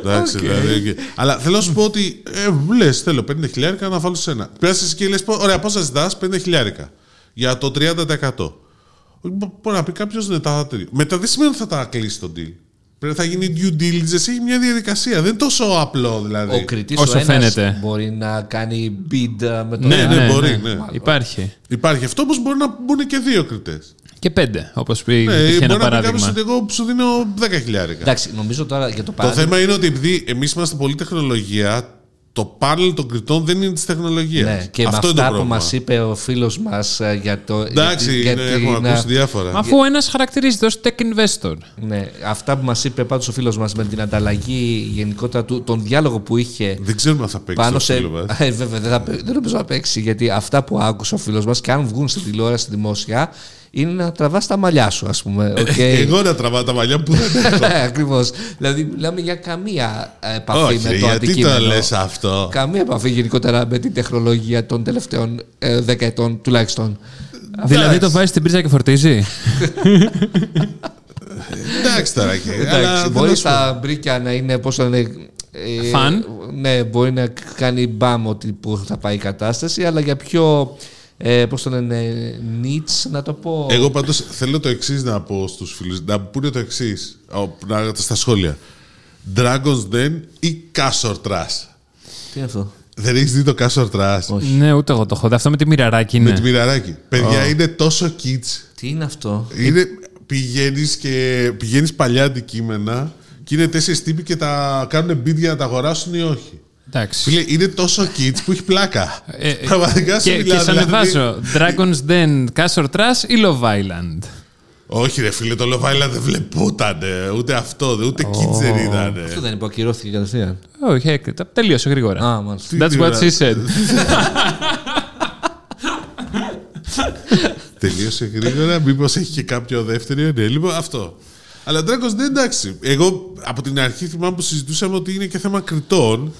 Speaker 3: Εντάξει, δηλαδή. οκ. Αλλά θέλω να σου πω ότι ε, λες, θέλω 5 χιλιάρικα να βάλω σε ένα. Πιάσει και λες, ωραία, πόσα ζητά 5 χιλιάρικα για το 30%. Μπο- Μπορεί να πει κάποιος ναι, τα θα τελειώ. Μετά δεν σημαίνει ότι θα τα κλείσει το deal. Πρέπει να γίνει due diligence, έχει μια διαδικασία. Δεν είναι τόσο απλό δηλαδή.
Speaker 1: Ο κριτή
Speaker 2: Όσο
Speaker 1: ο ένας
Speaker 2: φαίνεται.
Speaker 1: μπορεί να κάνει bid με τον
Speaker 2: ναι,
Speaker 1: άλλον.
Speaker 2: ναι,
Speaker 3: μπορεί,
Speaker 2: ναι.
Speaker 3: ναι.
Speaker 2: Υπάρχει.
Speaker 3: Υπάρχει αυτό, όπω μπορεί να μπουν και δύο κριτές.
Speaker 2: Και πέντε, όπως πει
Speaker 3: Ε,
Speaker 2: είχε
Speaker 3: μπορεί
Speaker 2: ένα
Speaker 3: να πει κάποιο
Speaker 2: παράδειγμα.
Speaker 3: ότι εγώ σου δίνω 10 χιλιάρικα.
Speaker 1: Εντάξει, νομίζω τώρα για το
Speaker 3: Το
Speaker 1: παράδειγμα.
Speaker 3: θέμα είναι ότι επειδή εμείς είμαστε πολύ τεχνολογία, το πάνελ των κριτών δεν είναι της τεχνολογίας.
Speaker 1: Ναι, και με
Speaker 3: Αυτό είναι
Speaker 1: αυτά που
Speaker 3: το πρόβλημα.
Speaker 1: μας είπε ο φίλος μας για το.
Speaker 3: Εντάξει,
Speaker 1: για
Speaker 3: είναι,
Speaker 1: την-
Speaker 3: έχουμε
Speaker 1: να-
Speaker 3: ακούσει διάφορα.
Speaker 2: Μα Αφού ο ένας χαρακτηρίζεται ως tech investor.
Speaker 1: Ναι, αυτά που μας είπε πάντως ο φίλος μας με την ανταλλαγή γενικότερα του, τον διάλογο που είχε
Speaker 3: Δεν ξέρουμε αν θα παίξει
Speaker 1: πάνω
Speaker 3: το
Speaker 1: σε.
Speaker 3: φίλος μας.
Speaker 1: Ε, βέβαια, δεν, θα, παί- δεν νομίζω να παίξει γιατί αυτά που άκουσε ο φίλος μας και αν βγουν στην τηλεόραση δημόσια είναι να τραβάς τα μαλλιά σου, ας πούμε. οκ.
Speaker 3: Ε, Εγώ να τραβάω τα μαλλιά που δεν έχω.
Speaker 1: ναι, ακριβώς. Δηλαδή, μιλάμε για καμία ε, επαφή με το
Speaker 3: Όχι, γιατί
Speaker 1: αντικείμενο.
Speaker 3: το λες αυτό.
Speaker 1: Καμία επαφή γενικότερα με την τεχνολογία των τελευταίων ε, δεκαετών τουλάχιστον.
Speaker 3: Ε,
Speaker 2: Δηλαδή το βάζεις στην πρίζα και φορτίζει.
Speaker 3: Εντάξει τώρα και. αλλά
Speaker 1: Εντάξει,
Speaker 3: δεν
Speaker 1: μπορεί
Speaker 3: ας πούμε.
Speaker 1: τα μπρίκια να είναι, πώς να είναι Ε,
Speaker 2: Φαν.
Speaker 1: Ναι, μπορεί να κάνει μπαμ ότι πώς θα πάει η κατάσταση, αλλά για πιο. Ε, πώς το λένε, νίτς, να το πω.
Speaker 3: Εγώ πάντως θέλω το εξής να πω στους φίλους. Να πούνε το εξής στα σχόλια. Dragon's Den ή Castor Trash.
Speaker 1: Τι είναι αυτό.
Speaker 3: Δεν έχεις δει το Castor Trash.
Speaker 2: Ναι, ούτε εγώ το έχω. δει. Αυτό με τη μοιραράκι
Speaker 3: Με
Speaker 1: ναι.
Speaker 2: είναι.
Speaker 3: τη μοιραράκι. Παιδιά είναι τόσο kids.
Speaker 1: Τι είναι αυτό.
Speaker 3: Είναι, πηγαίνεις, και, πηγαίνεις παλιά αντικείμενα και είναι τέσσερις τύποι και τα κάνουν bid για να τα αγοράσουν ή όχι.
Speaker 2: Εντάξει.
Speaker 3: Φίλε, είναι τόσο kids που έχει πλάκα.
Speaker 2: Ε, ε,
Speaker 3: Πραγματικά σου
Speaker 2: και, και
Speaker 3: μιλάω.
Speaker 2: σε
Speaker 3: δηλαδή.
Speaker 2: ανεβάζω. Dragon's Den, Castle Trash ή Love Island.
Speaker 3: Όχι ρε φίλε, το Love Island δεν βλεπότανε. Ούτε αυτό, δε, ούτε kids δεν
Speaker 1: Αυτό
Speaker 3: ήταν.
Speaker 1: δεν είπε, ακυρώθηκε κατευθείαν.
Speaker 2: Ε, Όχι, έκριτα. Τελείωσε γρήγορα.
Speaker 1: Α, μάλιστα.
Speaker 2: That's what she said.
Speaker 3: Τελείωσε γρήγορα, μήπως έχει και κάποιο δεύτερο. Ναι, λοιπόν αυτό. Αλλά Dragon's Den εντάξει. Εγώ από την αρχή θυμάμαι που συζητούσαμε ότι είναι και θέμα κριτών.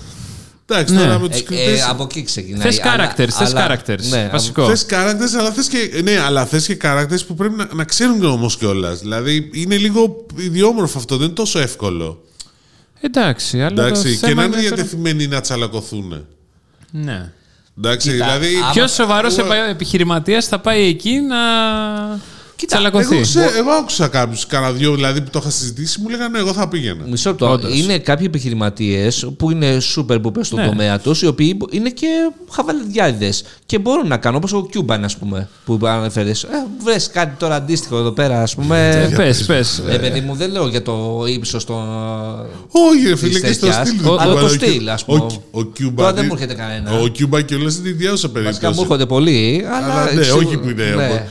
Speaker 3: Εντάξει,
Speaker 2: Ναι.
Speaker 3: τώρα με τους
Speaker 1: Ε,
Speaker 3: κριτές...
Speaker 1: ε, από εκεί ξεκινάει.
Speaker 2: Θες
Speaker 1: αλλά-
Speaker 2: characters, θες
Speaker 1: αλλά-
Speaker 2: characters.
Speaker 1: Ναι,
Speaker 2: Βασικό.
Speaker 3: Θε κάρακτε, αλλά θες και. Ναι, αλλά θες και κάρακτε που πρέπει να, να ξέρουν όμως κιόλας. Δηλαδή είναι λίγο ιδιόμορφο αυτό, δεν είναι τόσο εύκολο.
Speaker 2: Εντάξει, αλλά
Speaker 3: Εντάξει,
Speaker 2: το
Speaker 3: και
Speaker 2: θέμα
Speaker 3: να είναι
Speaker 2: τώρα-
Speaker 3: διατεθειμένοι να τσαλακωθούν.
Speaker 2: Ναι.
Speaker 3: Εντάξει,
Speaker 1: Κοίτα,
Speaker 3: δηλαδή.
Speaker 1: άμα-
Speaker 2: Ποιος σοβαρός
Speaker 3: Εγώ-
Speaker 2: επιχειρηματίας θα πάει εκεί να.
Speaker 1: Κοίτα,
Speaker 2: τσαλακωθεί.
Speaker 3: Εγώ, ξέρω, εγώ άκουσα κάποιους, κανένα δυο δηλαδή που το είχα συζητήσει, μου λέγανε εγώ θα πήγαινα.
Speaker 1: Μισό λεπτό.
Speaker 2: Όντως.
Speaker 1: Είναι κάποιοι επιχειρηματίες που είναι super που στον
Speaker 2: Ναι.
Speaker 1: τομέα τους, οι οποίοι είναι και χαβαλεδιάδε και μπορούν να κάνουν όπως ο Κιούμπαν, ας πούμε, που ανέφερε. Ε, Βρες κάτι τώρα αντίστοιχο εδώ πέρα, ας πούμε.
Speaker 3: Ναι,
Speaker 2: Ε, πες, πες.
Speaker 1: Ε, παιδί μου, δεν λέω για το ύψος των.
Speaker 3: Όχι, ρε
Speaker 1: Της
Speaker 3: φίλε, και στο
Speaker 1: τέτοιας.
Speaker 3: στυλ.
Speaker 1: Ο-
Speaker 3: του
Speaker 1: ο-
Speaker 3: Κιούμπαν,
Speaker 1: το
Speaker 3: ο Κιου-
Speaker 1: στυλ, ας
Speaker 3: ο-
Speaker 1: πούμε.
Speaker 3: Ο Κιούμπαν.
Speaker 1: Τώρα δεν
Speaker 3: είναι-
Speaker 1: μου έρχεται κανένα.
Speaker 3: Ο Κιούμπαν κιόλα είναι ιδιαίτερο
Speaker 1: Βασικά μου
Speaker 3: περίπτωση.
Speaker 1: έρχονται πολλοί, αλλά.
Speaker 3: Αλλά ναι,
Speaker 1: σίγουρα-
Speaker 3: όχι που είναι.
Speaker 1: ναι.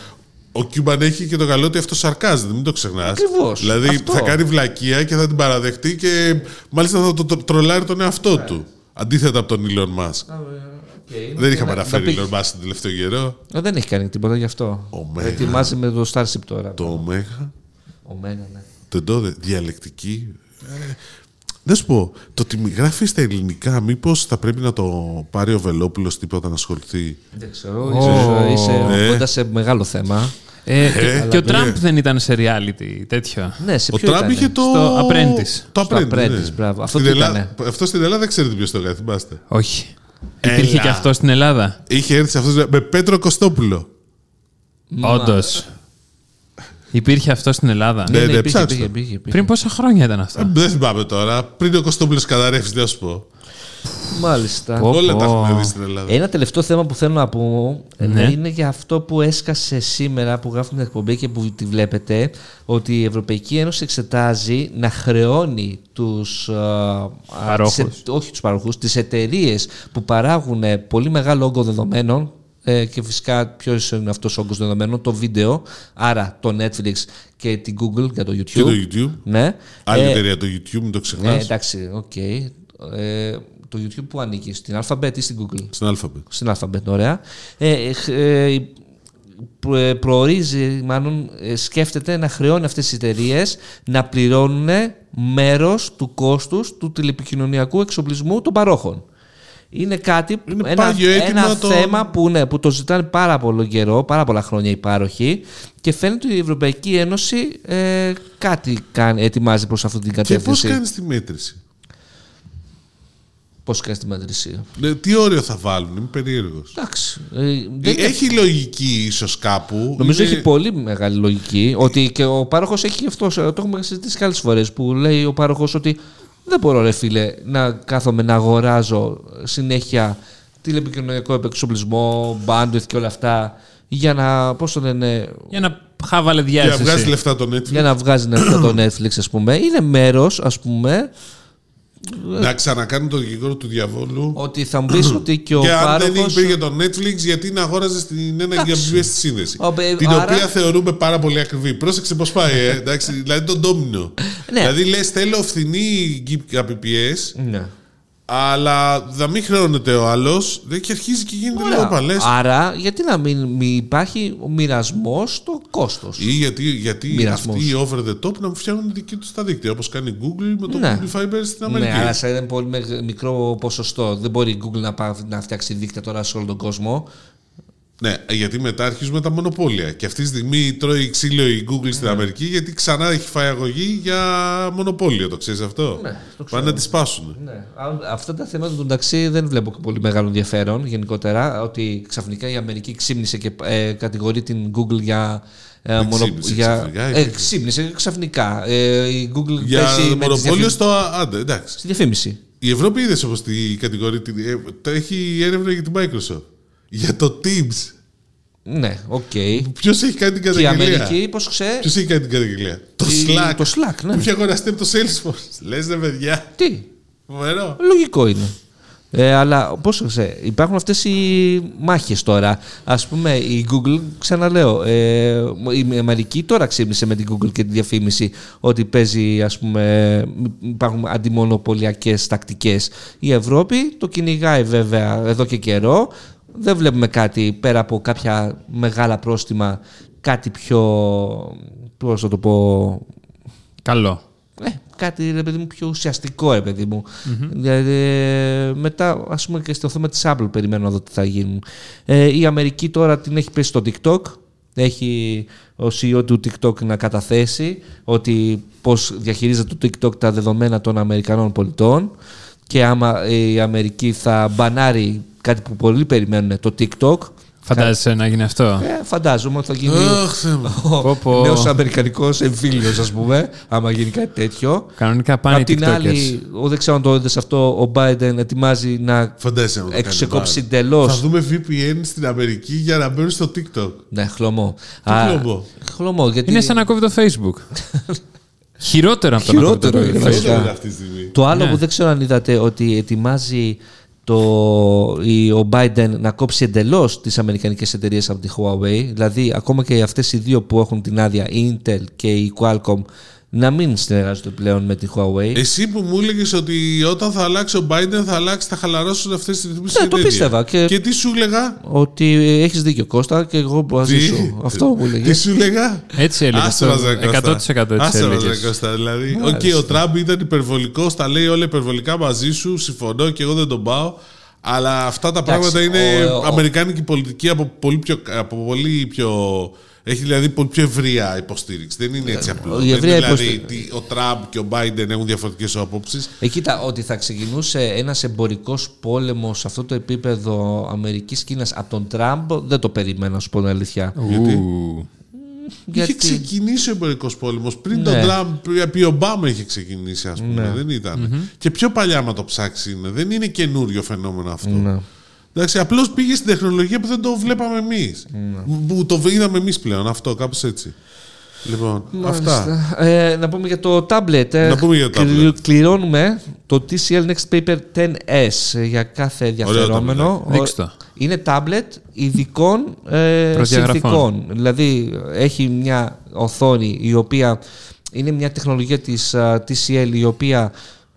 Speaker 3: Ο, ο Κιούμπαν έχει και το καλό ότι αυτό σαρκάζεται, μην το ξεχνάς.
Speaker 1: Ακριβώς,
Speaker 3: Δηλαδή
Speaker 1: αυτό.
Speaker 3: θα κάνει βλακεία και θα την παραδεχτεί και μάλιστα θα το, τρο- τρολάρει τον εαυτό του. Αντίθετα από τον Elon Musk.
Speaker 1: Οκ.
Speaker 3: Δεν είχα
Speaker 1: Να-
Speaker 3: παραφέρει
Speaker 1: Ναι, να
Speaker 3: Elon Musk τον τελευταίο καιρό.
Speaker 1: πει- Ε, Δεν έχει κάνει τίποτα γι' αυτό.
Speaker 3: Ωμέγα.
Speaker 1: Ετοιμάζει με το Starship τώρα.
Speaker 3: Το Omega,
Speaker 1: Ομένα, ναι.
Speaker 3: τον τότε, διαλεκτική. Ε, να σου πω, το ότι μη γράφεις στα ελληνικά, μήπως θα πρέπει να το πάρει ο Βελόπουλος τίποτα να ασχοληθεί.
Speaker 1: Δεν ξέρω, ίσως, είσαι
Speaker 3: Ε.
Speaker 1: κοντά σε μεγάλο θέμα.
Speaker 2: Ε, και-
Speaker 3: Ε,
Speaker 2: και ο
Speaker 3: ναι.
Speaker 2: Τραμπ δεν ήταν σε reality τέτοιο.
Speaker 1: Ναι, σε
Speaker 3: Ο
Speaker 1: ποιο
Speaker 3: Τραμπ
Speaker 1: ήτανε?
Speaker 3: είχε το.
Speaker 2: Στο Apprentice.
Speaker 3: Το
Speaker 1: Στο
Speaker 3: Apprentice. ναι.
Speaker 1: Apprentice, μπράβο. Αυτό
Speaker 3: Στην
Speaker 1: τι ήτανε?
Speaker 3: Ελλάδα- Αυτό στην Ελλάδα δεν ξέρετε ποιος το έκανε, θυμάστε.
Speaker 2: Όχι.
Speaker 3: Έλα.
Speaker 2: Υπήρχε και αυτό στην Ελλάδα.
Speaker 3: Είχε έρθει αυτό με Πέτρο Κωστόπουλο.
Speaker 2: Όντως. Υπήρχε αυτό στην Ελλάδα.
Speaker 3: Ναι, Ε, ναι,
Speaker 1: πήγε,
Speaker 3: ψάξτε
Speaker 1: πήγε,
Speaker 3: το.
Speaker 1: πήγε, πήγε.
Speaker 2: Πριν πόσα χρόνια ήταν αυτό.
Speaker 3: Δεν θυμάμαι τώρα. Πριν ο Κωστόπουλο καταρρεύσει, δεν θα σου πω.
Speaker 1: Μάλιστα.
Speaker 2: Πω,
Speaker 3: Όλα τα
Speaker 2: πω.
Speaker 3: έχουμε δει στην Ελλάδα.
Speaker 1: Ένα τελευταίο θέμα που θέλω να πω ε,
Speaker 2: Ναι.
Speaker 1: είναι για αυτό που έσκασε σήμερα που γράφουμε την εκπομπή και που τη βλέπετε ότι η Ευρωπαϊκή Ένωση εξετάζει να χρεώνει τους ε, α,
Speaker 2: Παρόχους.
Speaker 1: τις ε- όχι τους παρόχους, τις εταιρείες που παράγουν ε, πολύ μεγάλο όγκο δεδομένων ε, και φυσικά ποιος είναι αυτός ο όγκος δεδομένων, το βίντεο, άρα το Netflix και την Google για το YouTube.
Speaker 3: Και το YouTube.
Speaker 1: Ναι.
Speaker 3: Άλλη
Speaker 1: Ε,
Speaker 3: εταιρεία το YouTube, μην το ξεχνά.
Speaker 1: ε, εντάξει, οκ. Ε, το YouTube που ανήκει, στην Alphabet ή στην Google.
Speaker 3: Στην Alphabet.
Speaker 1: Στην Alphabet, ωραία. Ε, ε, χ- ε, προ- ε, προορίζει, μάλλον ε, σκέφτεται να χρεώνει αυτές τις εταιρείες να πληρώνουν μέρος του κόστους του τηλεπικοινωνιακού εξοπλισμού των παρόχων. Είναι κάτι,
Speaker 3: Είναι
Speaker 1: ένα,
Speaker 3: πάγιο αίτημα
Speaker 1: ένα
Speaker 3: των-
Speaker 1: θέμα που, ναι, που το ζητάνε πάρα πολύ καιρό, πάρα πολλά χρόνια οι πάροχοι και φαίνεται ότι η Ευρωπαϊκή Ένωση ε, κάτι κάνει, ετοιμάζει προς αυτή την
Speaker 3: Και πώ
Speaker 1: κατεύθυνση.
Speaker 3: κάνεις τη μέτρηση.
Speaker 1: Πώς κάνεις τη μέτρηση.
Speaker 3: Ναι, Τι όριο θα βάλουν, είμαι περίεργος.
Speaker 1: Εντάξει. ε, δεν-
Speaker 3: Έχει λογική ίσως κάπου.
Speaker 1: Νομίζω
Speaker 3: Είναι-
Speaker 1: έχει πολύ μεγάλη λογική ότι και ο πάροχος έχει και αυτό. ε, Το έχουμε συζητήσει και άλλες φορές που λέει ο πάροχος ότι δεν μπορώ, ρε φίλε, να κάθομαι να αγοράζω συνέχεια τηλεπικοινωνιακό εξοπλισμό, bandwidth και όλα αυτά για να, πώς το λένε,
Speaker 2: Για να χάβαλε
Speaker 3: Για να
Speaker 2: διάσταση.
Speaker 3: βγάζει λεφτά το Netflix.
Speaker 1: για να βγάζει αυτό το Netflix, ας πούμε. Είναι μέρος, ας πούμε,
Speaker 3: Να ξανακάνουν τον δικηγόρο του διαβόλου.
Speaker 1: ότι θα μου πεις ότι και ο
Speaker 3: και αν
Speaker 1: πάροχος...
Speaker 3: δεν υπήρχε το Netflix, γιατί να αγόραζε την ένα
Speaker 1: Εντάξει.
Speaker 3: GB στη σύνδεση.
Speaker 1: Ο, ε,
Speaker 3: την
Speaker 1: άρα-
Speaker 3: οποία θεωρούμε πάρα πολύ ακριβή. Πρόσεξε πώς πάει, ε, εντάξει, δηλαδή τον ντόμινο.
Speaker 1: Ναι.
Speaker 3: Δηλαδή λες, θέλω φθηνή KPPS,
Speaker 1: Ναι.
Speaker 3: αλλά να μην χρεώνεται ο άλλος. Και αρχίζει και γίνεται λίγο παλέ.
Speaker 1: Άρα, γιατί να μην, μην υπάρχει ο μοιρασμός στο κόστος.
Speaker 3: Ή γιατί, γιατί
Speaker 1: Μοιρασμός.
Speaker 3: αυτοί οι over the top να μου φτιάχνουν δική τους τα δίκτυα, όπως κάνει η Google με το
Speaker 1: Ναι.
Speaker 3: Google Fiber στην Αμερική.
Speaker 1: Ναι, αλλά σε ένα πολύ μεγ- μικρό ποσοστό. Δεν μπορεί η Google να, πα- να φτιάξει δίκτυα τώρα σε όλο τον κόσμο.
Speaker 3: Ναι, γιατί μετά αρχίζουμε τα μονοπόλια. Και αυτή τη στιγμή τρώει ξύλο η Google
Speaker 1: Ναι.
Speaker 3: στην Αμερική γιατί ξανά έχει φάει αγωγή για μονοπόλιο. Το ξέρεις αυτό.
Speaker 1: Ναι, το ξέρω.
Speaker 3: Πάνε να τη σπάσουν.
Speaker 1: Ναι. Α, Αυτά τα θέματα του ταξί δεν βλέπω και πολύ μεγάλο ενδιαφέρον γενικότερα. Ότι ξαφνικά η Αμερική ξύμνησε και ε, κατηγορεί την Google για. Ε,
Speaker 3: Δεν ξύμνησε ξαφνικά,
Speaker 1: ε,
Speaker 3: υπήρχε.
Speaker 1: ξύμνησε ξαφνικά. Ε, η Google
Speaker 3: Για
Speaker 1: παίζει με τις
Speaker 3: μονοπόλιο
Speaker 1: διαφήμι-
Speaker 3: στο. Άντε, εντάξει.
Speaker 1: στη διαφήμιση.
Speaker 3: Η Ευρώπη είδες όπως τη κατηγορεί. την- ε, τα Έχει έρευνα για τη Microsoft. Για το Teams.
Speaker 1: Ναι, οκ.
Speaker 3: Ε, Ποιος έχει κάνει την
Speaker 1: Και η
Speaker 3: καταγγελία.
Speaker 1: Αμερική, πώς ξέρει.
Speaker 3: Ποιος έχει κάνει την καταγγελία. Το
Speaker 1: Η-
Speaker 3: Slack.
Speaker 1: το Slack, ναι.
Speaker 3: Που είχε αγοραστεί από το Salesforce. Λες, ρε παιδιά.
Speaker 1: Τι,
Speaker 3: Φοβερό.
Speaker 1: Λογικό είναι. Ε, αλλά πρόσεξε, υπάρχουν αυτές οι μάχες τώρα. Ας πούμε η Google, ξαναλέω, ε, η Αμερική τώρα ξύπνησε με την Google και τη διαφήμιση ότι παίζει, ας πούμε, υπάρχουν αντιμονοπολιακές τακτικές. Η Ευρώπη το κυνηγάει βέβαια εδώ και καιρό. Δεν βλέπουμε κάτι πέρα από κάποια μεγάλα πρόστιμα, κάτι πιο, πώς να το πω,
Speaker 2: Καλό.
Speaker 1: ε, κάτι ρε παιδί μου πιο ουσιαστικό, ρε παιδί μου. Δηλαδή, ε, μετά, ας πούμε και στο θέμα της Apple περιμένω να δω τι θα γίνουν. Ε, η Αμερική τώρα την έχει πέσει στο TikTok. Έχει ο CEO του TikTok να καταθέσει ότι πώς διαχειρίζεται το TikTok τα δεδομένα των Αμερικανών πολιτών και άμα ε, η Αμερική θα μπανάρει κάτι που πολλοί περιμένουν, το TikTok.
Speaker 2: Φαντάζεσαι να γίνει αυτό.
Speaker 1: Ε, φαντάζομαι ότι θα γίνει
Speaker 3: Αχ, Θεέ μου.
Speaker 2: Πω, πω.
Speaker 1: ο νέος Αμερικανικός εμφύλιος, ας πούμε, άμα γίνει κάτι τέτοιο.
Speaker 2: Κανονικά πάνε οι
Speaker 1: Απ' την
Speaker 2: TikTokers.
Speaker 1: άλλη, ο, δεν ξέρω αν το είδες αυτό, ο Biden ετοιμάζει να
Speaker 3: Φαντάζεσαι να το κάνει
Speaker 1: εξεκόψει
Speaker 3: μπαν.
Speaker 1: εντελώς.
Speaker 3: Θα δούμε VPN στην Αμερική για να μπαίνουν στο TikTok.
Speaker 1: Ναι, χλωμό.
Speaker 3: Τι
Speaker 1: Α,
Speaker 3: χλωμό?
Speaker 1: χλωμό, γιατί
Speaker 2: Είναι σαν να κόβει το Facebook. Χειρότερο από το
Speaker 1: Χειρότερο δηλαδή.
Speaker 2: να κόβει το
Speaker 1: είναι. Βασικά.
Speaker 2: Facebook.
Speaker 3: Δεν το είδα αυτή τη στιγμή.
Speaker 1: το άλλο
Speaker 2: Ναι.
Speaker 1: που δεν ξέρω αν είδατε ότι ετοιμάζει το, η, ο Biden να κόψει εντελώς τις αμερικανικές εταιρείες από τη Huawei. Δηλαδή, ακόμα και αυτές οι δύο που έχουν την άδεια, η Intel και η Qualcomm, να μην συνεργάζονται πλέον με τη Huawei.
Speaker 3: Εσύ που μου έλεγες ότι όταν θα αλλάξει ο Biden θα αλλάξει, θα χαλαρώσουν αυτές τις ρυθμίσεις.
Speaker 1: Ναι, το πίστευα και-
Speaker 3: τι σου έλεγα.
Speaker 1: Ότι έχεις δίκιο Κώστα και εγώ μαζί σου. Αυτό που
Speaker 3: Τι
Speaker 1: λέγε.
Speaker 3: σου έλεγα.
Speaker 2: Έτσι έλεγες
Speaker 3: Άσε
Speaker 2: αυτό.
Speaker 3: μας, ρε Κώστα.
Speaker 2: 100% έτσι
Speaker 3: Άσε μας,
Speaker 2: έλεγες.
Speaker 3: ρε Κώστα, Δηλαδή, οκ, ο Τραμπ ήταν υπερβολικός, τα λέει όλα υπερβολικά μαζί σου. Συμφωνώ και εγώ δεν τον πάω. Αλλά αυτά τα πράγματα είναι
Speaker 1: ο- ο-
Speaker 3: αμερικάνικη πολιτική από πολύ πιο. Από πολύ πιο έχει δηλαδή πολύ πιο ευρεία υποστήριξη. Δεν είναι έτσι απλό.
Speaker 1: Ε, η
Speaker 3: Δεν
Speaker 1: ευρεία
Speaker 3: είναι δηλαδή
Speaker 1: υποστήριξη.
Speaker 3: τι- ο Τραμπ και ο Biden έχουν διαφορετικές απόψεις.
Speaker 1: Ε, κοίτα, ότι θα ξεκινούσε ένας εμπορικός πόλεμος σε αυτό το επίπεδο Αμερική-Κίνα από τον Τραμπ, δεν το περίμενα, να σου πω την αλήθεια.
Speaker 2: Ου.
Speaker 1: Γιατί-
Speaker 3: Είχε ξεκινήσει ο εμπορικός πόλεμος. Πριν
Speaker 1: Ναι.
Speaker 3: τον Τραμπ, πριν- πριν ο Ομπάμα είχε ξεκινήσει, ας πούμε. Δεν ηταν Και πιο παλιά, άμα το ψάξει είναι. Δεν είναι καινούριο φαινόμενο αυτό.
Speaker 1: Ναι.
Speaker 3: Εντάξει, απλώς πήγε στην τεχνολογία που δεν το βλέπαμε εμείς. Που το είδαμε εμείς πλέον. Αυτό, κάπως έτσι. Λοιπόν, αυτά.
Speaker 1: Ε, να πούμε για το τάμπλετ. ε.
Speaker 3: Να πούμε για το
Speaker 1: Κλει-
Speaker 3: τάμπλετ.
Speaker 1: Κληρώνουμε το TCL Next Paper 10S ες, για κάθε ενδιαφερόμενο.
Speaker 2: τάμπλετ. Δείξτε το.
Speaker 1: Είναι τάμπλετ ειδικών ε,
Speaker 2: Προδιαγραφών.
Speaker 1: συνθήκων. Δηλαδή έχει μια οθόνη η οποία είναι μια τεχνολογία της ε, α, TCL η οποία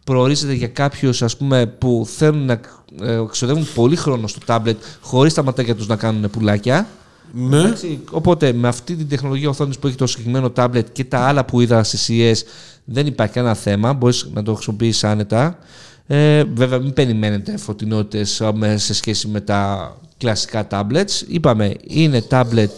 Speaker 1: προορίζεται για κάποιους ας πούμε, που θέλουν να ε, ξοδεύουν πολύ χρόνο στο τάμπλετ χωρίς τα ματάκια τους να κάνουν πουλάκια.
Speaker 3: Ναι.
Speaker 1: Έτσι, Οπότε με αυτή την τεχνολογία οθόνης που έχει το συγκεκριμένο τάμπλετ και τα άλλα που είδα στις CES δεν υπάρχει κανένα θέμα. Μπορείς να το χρησιμοποιήσεις άνετα. Ε, βέβαια, μην περιμένετε φωτεινότητες σε σχέση με τα κλασικά tablets. Είπαμε, είναι tablet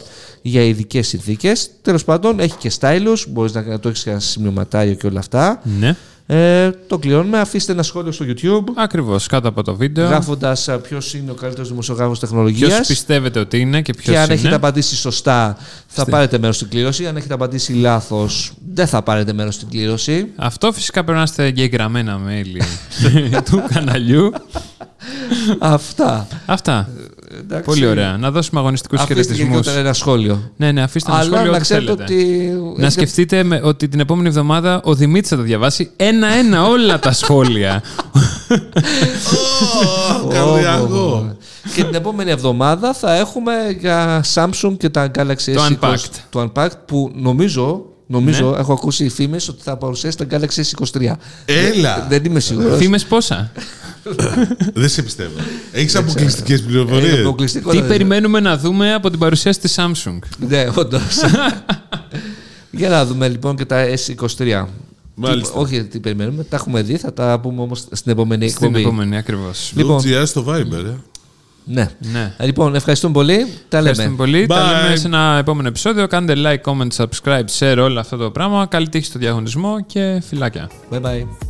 Speaker 1: για ειδικές συνθήκες. Τέλος πάντων, έχει και stylus. Μπορείς να το έχεις και ένα σημειωματάριο και όλα αυτά.
Speaker 2: Ναι.
Speaker 1: Ε, το κλειώνουμε. Αφήστε ένα σχόλιο στο YouTube
Speaker 2: Ακριβώς κάτω από το βίντεο.
Speaker 1: γράφοντας ποιος είναι ο καλύτερος δημοσιογράφος
Speaker 2: Ποιο
Speaker 1: τεχνολογία.
Speaker 2: πιστεύετε ότι είναι και ποιος
Speaker 1: Και αν
Speaker 2: είναι.
Speaker 1: έχετε απαντήσει σωστά, θα πάρετε μέρος στην κλήρωση. Αν έχετε απαντήσει λάθος, δεν θα πάρετε μέρος στην κλήρωση.
Speaker 2: Αυτό φυσικά πρέπει να είστε και εγγραμμένα μέλη του καναλιού.
Speaker 1: Αυτά.
Speaker 2: Αυτά.
Speaker 1: Ε, Εντάξει.
Speaker 2: Πολύ ωραία. Να δώσουμε αγωνιστικούς
Speaker 1: Αφήστε
Speaker 2: χαιρετισμούς.
Speaker 1: γενικότερα ένα σχόλιο.
Speaker 2: Ναι, ναι, αφήστε ένα
Speaker 1: Αλλά
Speaker 2: σχόλιο
Speaker 1: να
Speaker 2: ό,τι
Speaker 1: ξέρετε
Speaker 2: θέλετε.
Speaker 1: ότι.
Speaker 2: Να σκεφτείτε με, ότι την επόμενη εβδομάδα ο Δημήτρης θα τα διαβάσει ένα-ένα όλα τα σχόλια.
Speaker 3: Ω, Καρδιακό.
Speaker 1: Και την επόμενη εβδομάδα θα έχουμε για Samsung και τα Galaxy S20.
Speaker 2: Το Unpacked. Ναι.
Speaker 1: Το Unpacked που νομίζω. Νομίζω, έχω ακούσει φήμες ότι θα παρουσιάσει τα Galaxy S23.
Speaker 3: Έλα.
Speaker 1: Δεν είμαι σίγουρος.
Speaker 2: Φήμες πόσα.
Speaker 3: Δεν σε πιστεύω. Έχεις αποκλειστικέ πληροφορίε.
Speaker 2: Τι
Speaker 1: δηλαδή.
Speaker 2: περιμένουμε να δούμε από την παρουσίαση της Samsung.
Speaker 1: Ναι, όντως. Για να δούμε λοιπόν και τα S23.
Speaker 3: Μάλιστα.
Speaker 1: Τι- όχι, τι περιμένουμε. Τα έχουμε δει, θα τα πούμε όμως στην επόμενη
Speaker 2: Στην
Speaker 1: εκπομπή.
Speaker 2: επόμενη ακριβώς.
Speaker 1: Λοιπόν.
Speaker 3: OGR στο Viber. ε.
Speaker 1: Ναι.
Speaker 2: Ναι.
Speaker 1: Λοιπόν, ευχαριστούμε πολύ. Τα
Speaker 2: Ευχαριστούμε
Speaker 1: λέμε.
Speaker 2: πολύ. Τα
Speaker 3: Bye.
Speaker 2: λέμε σε ένα επόμενο επεισόδιο. Κάντε like, comment, subscribe, share όλο αυτό το πράγμα. Καλή τύχη στο διαγωνισμό και φιλάκια.
Speaker 1: Bye bye.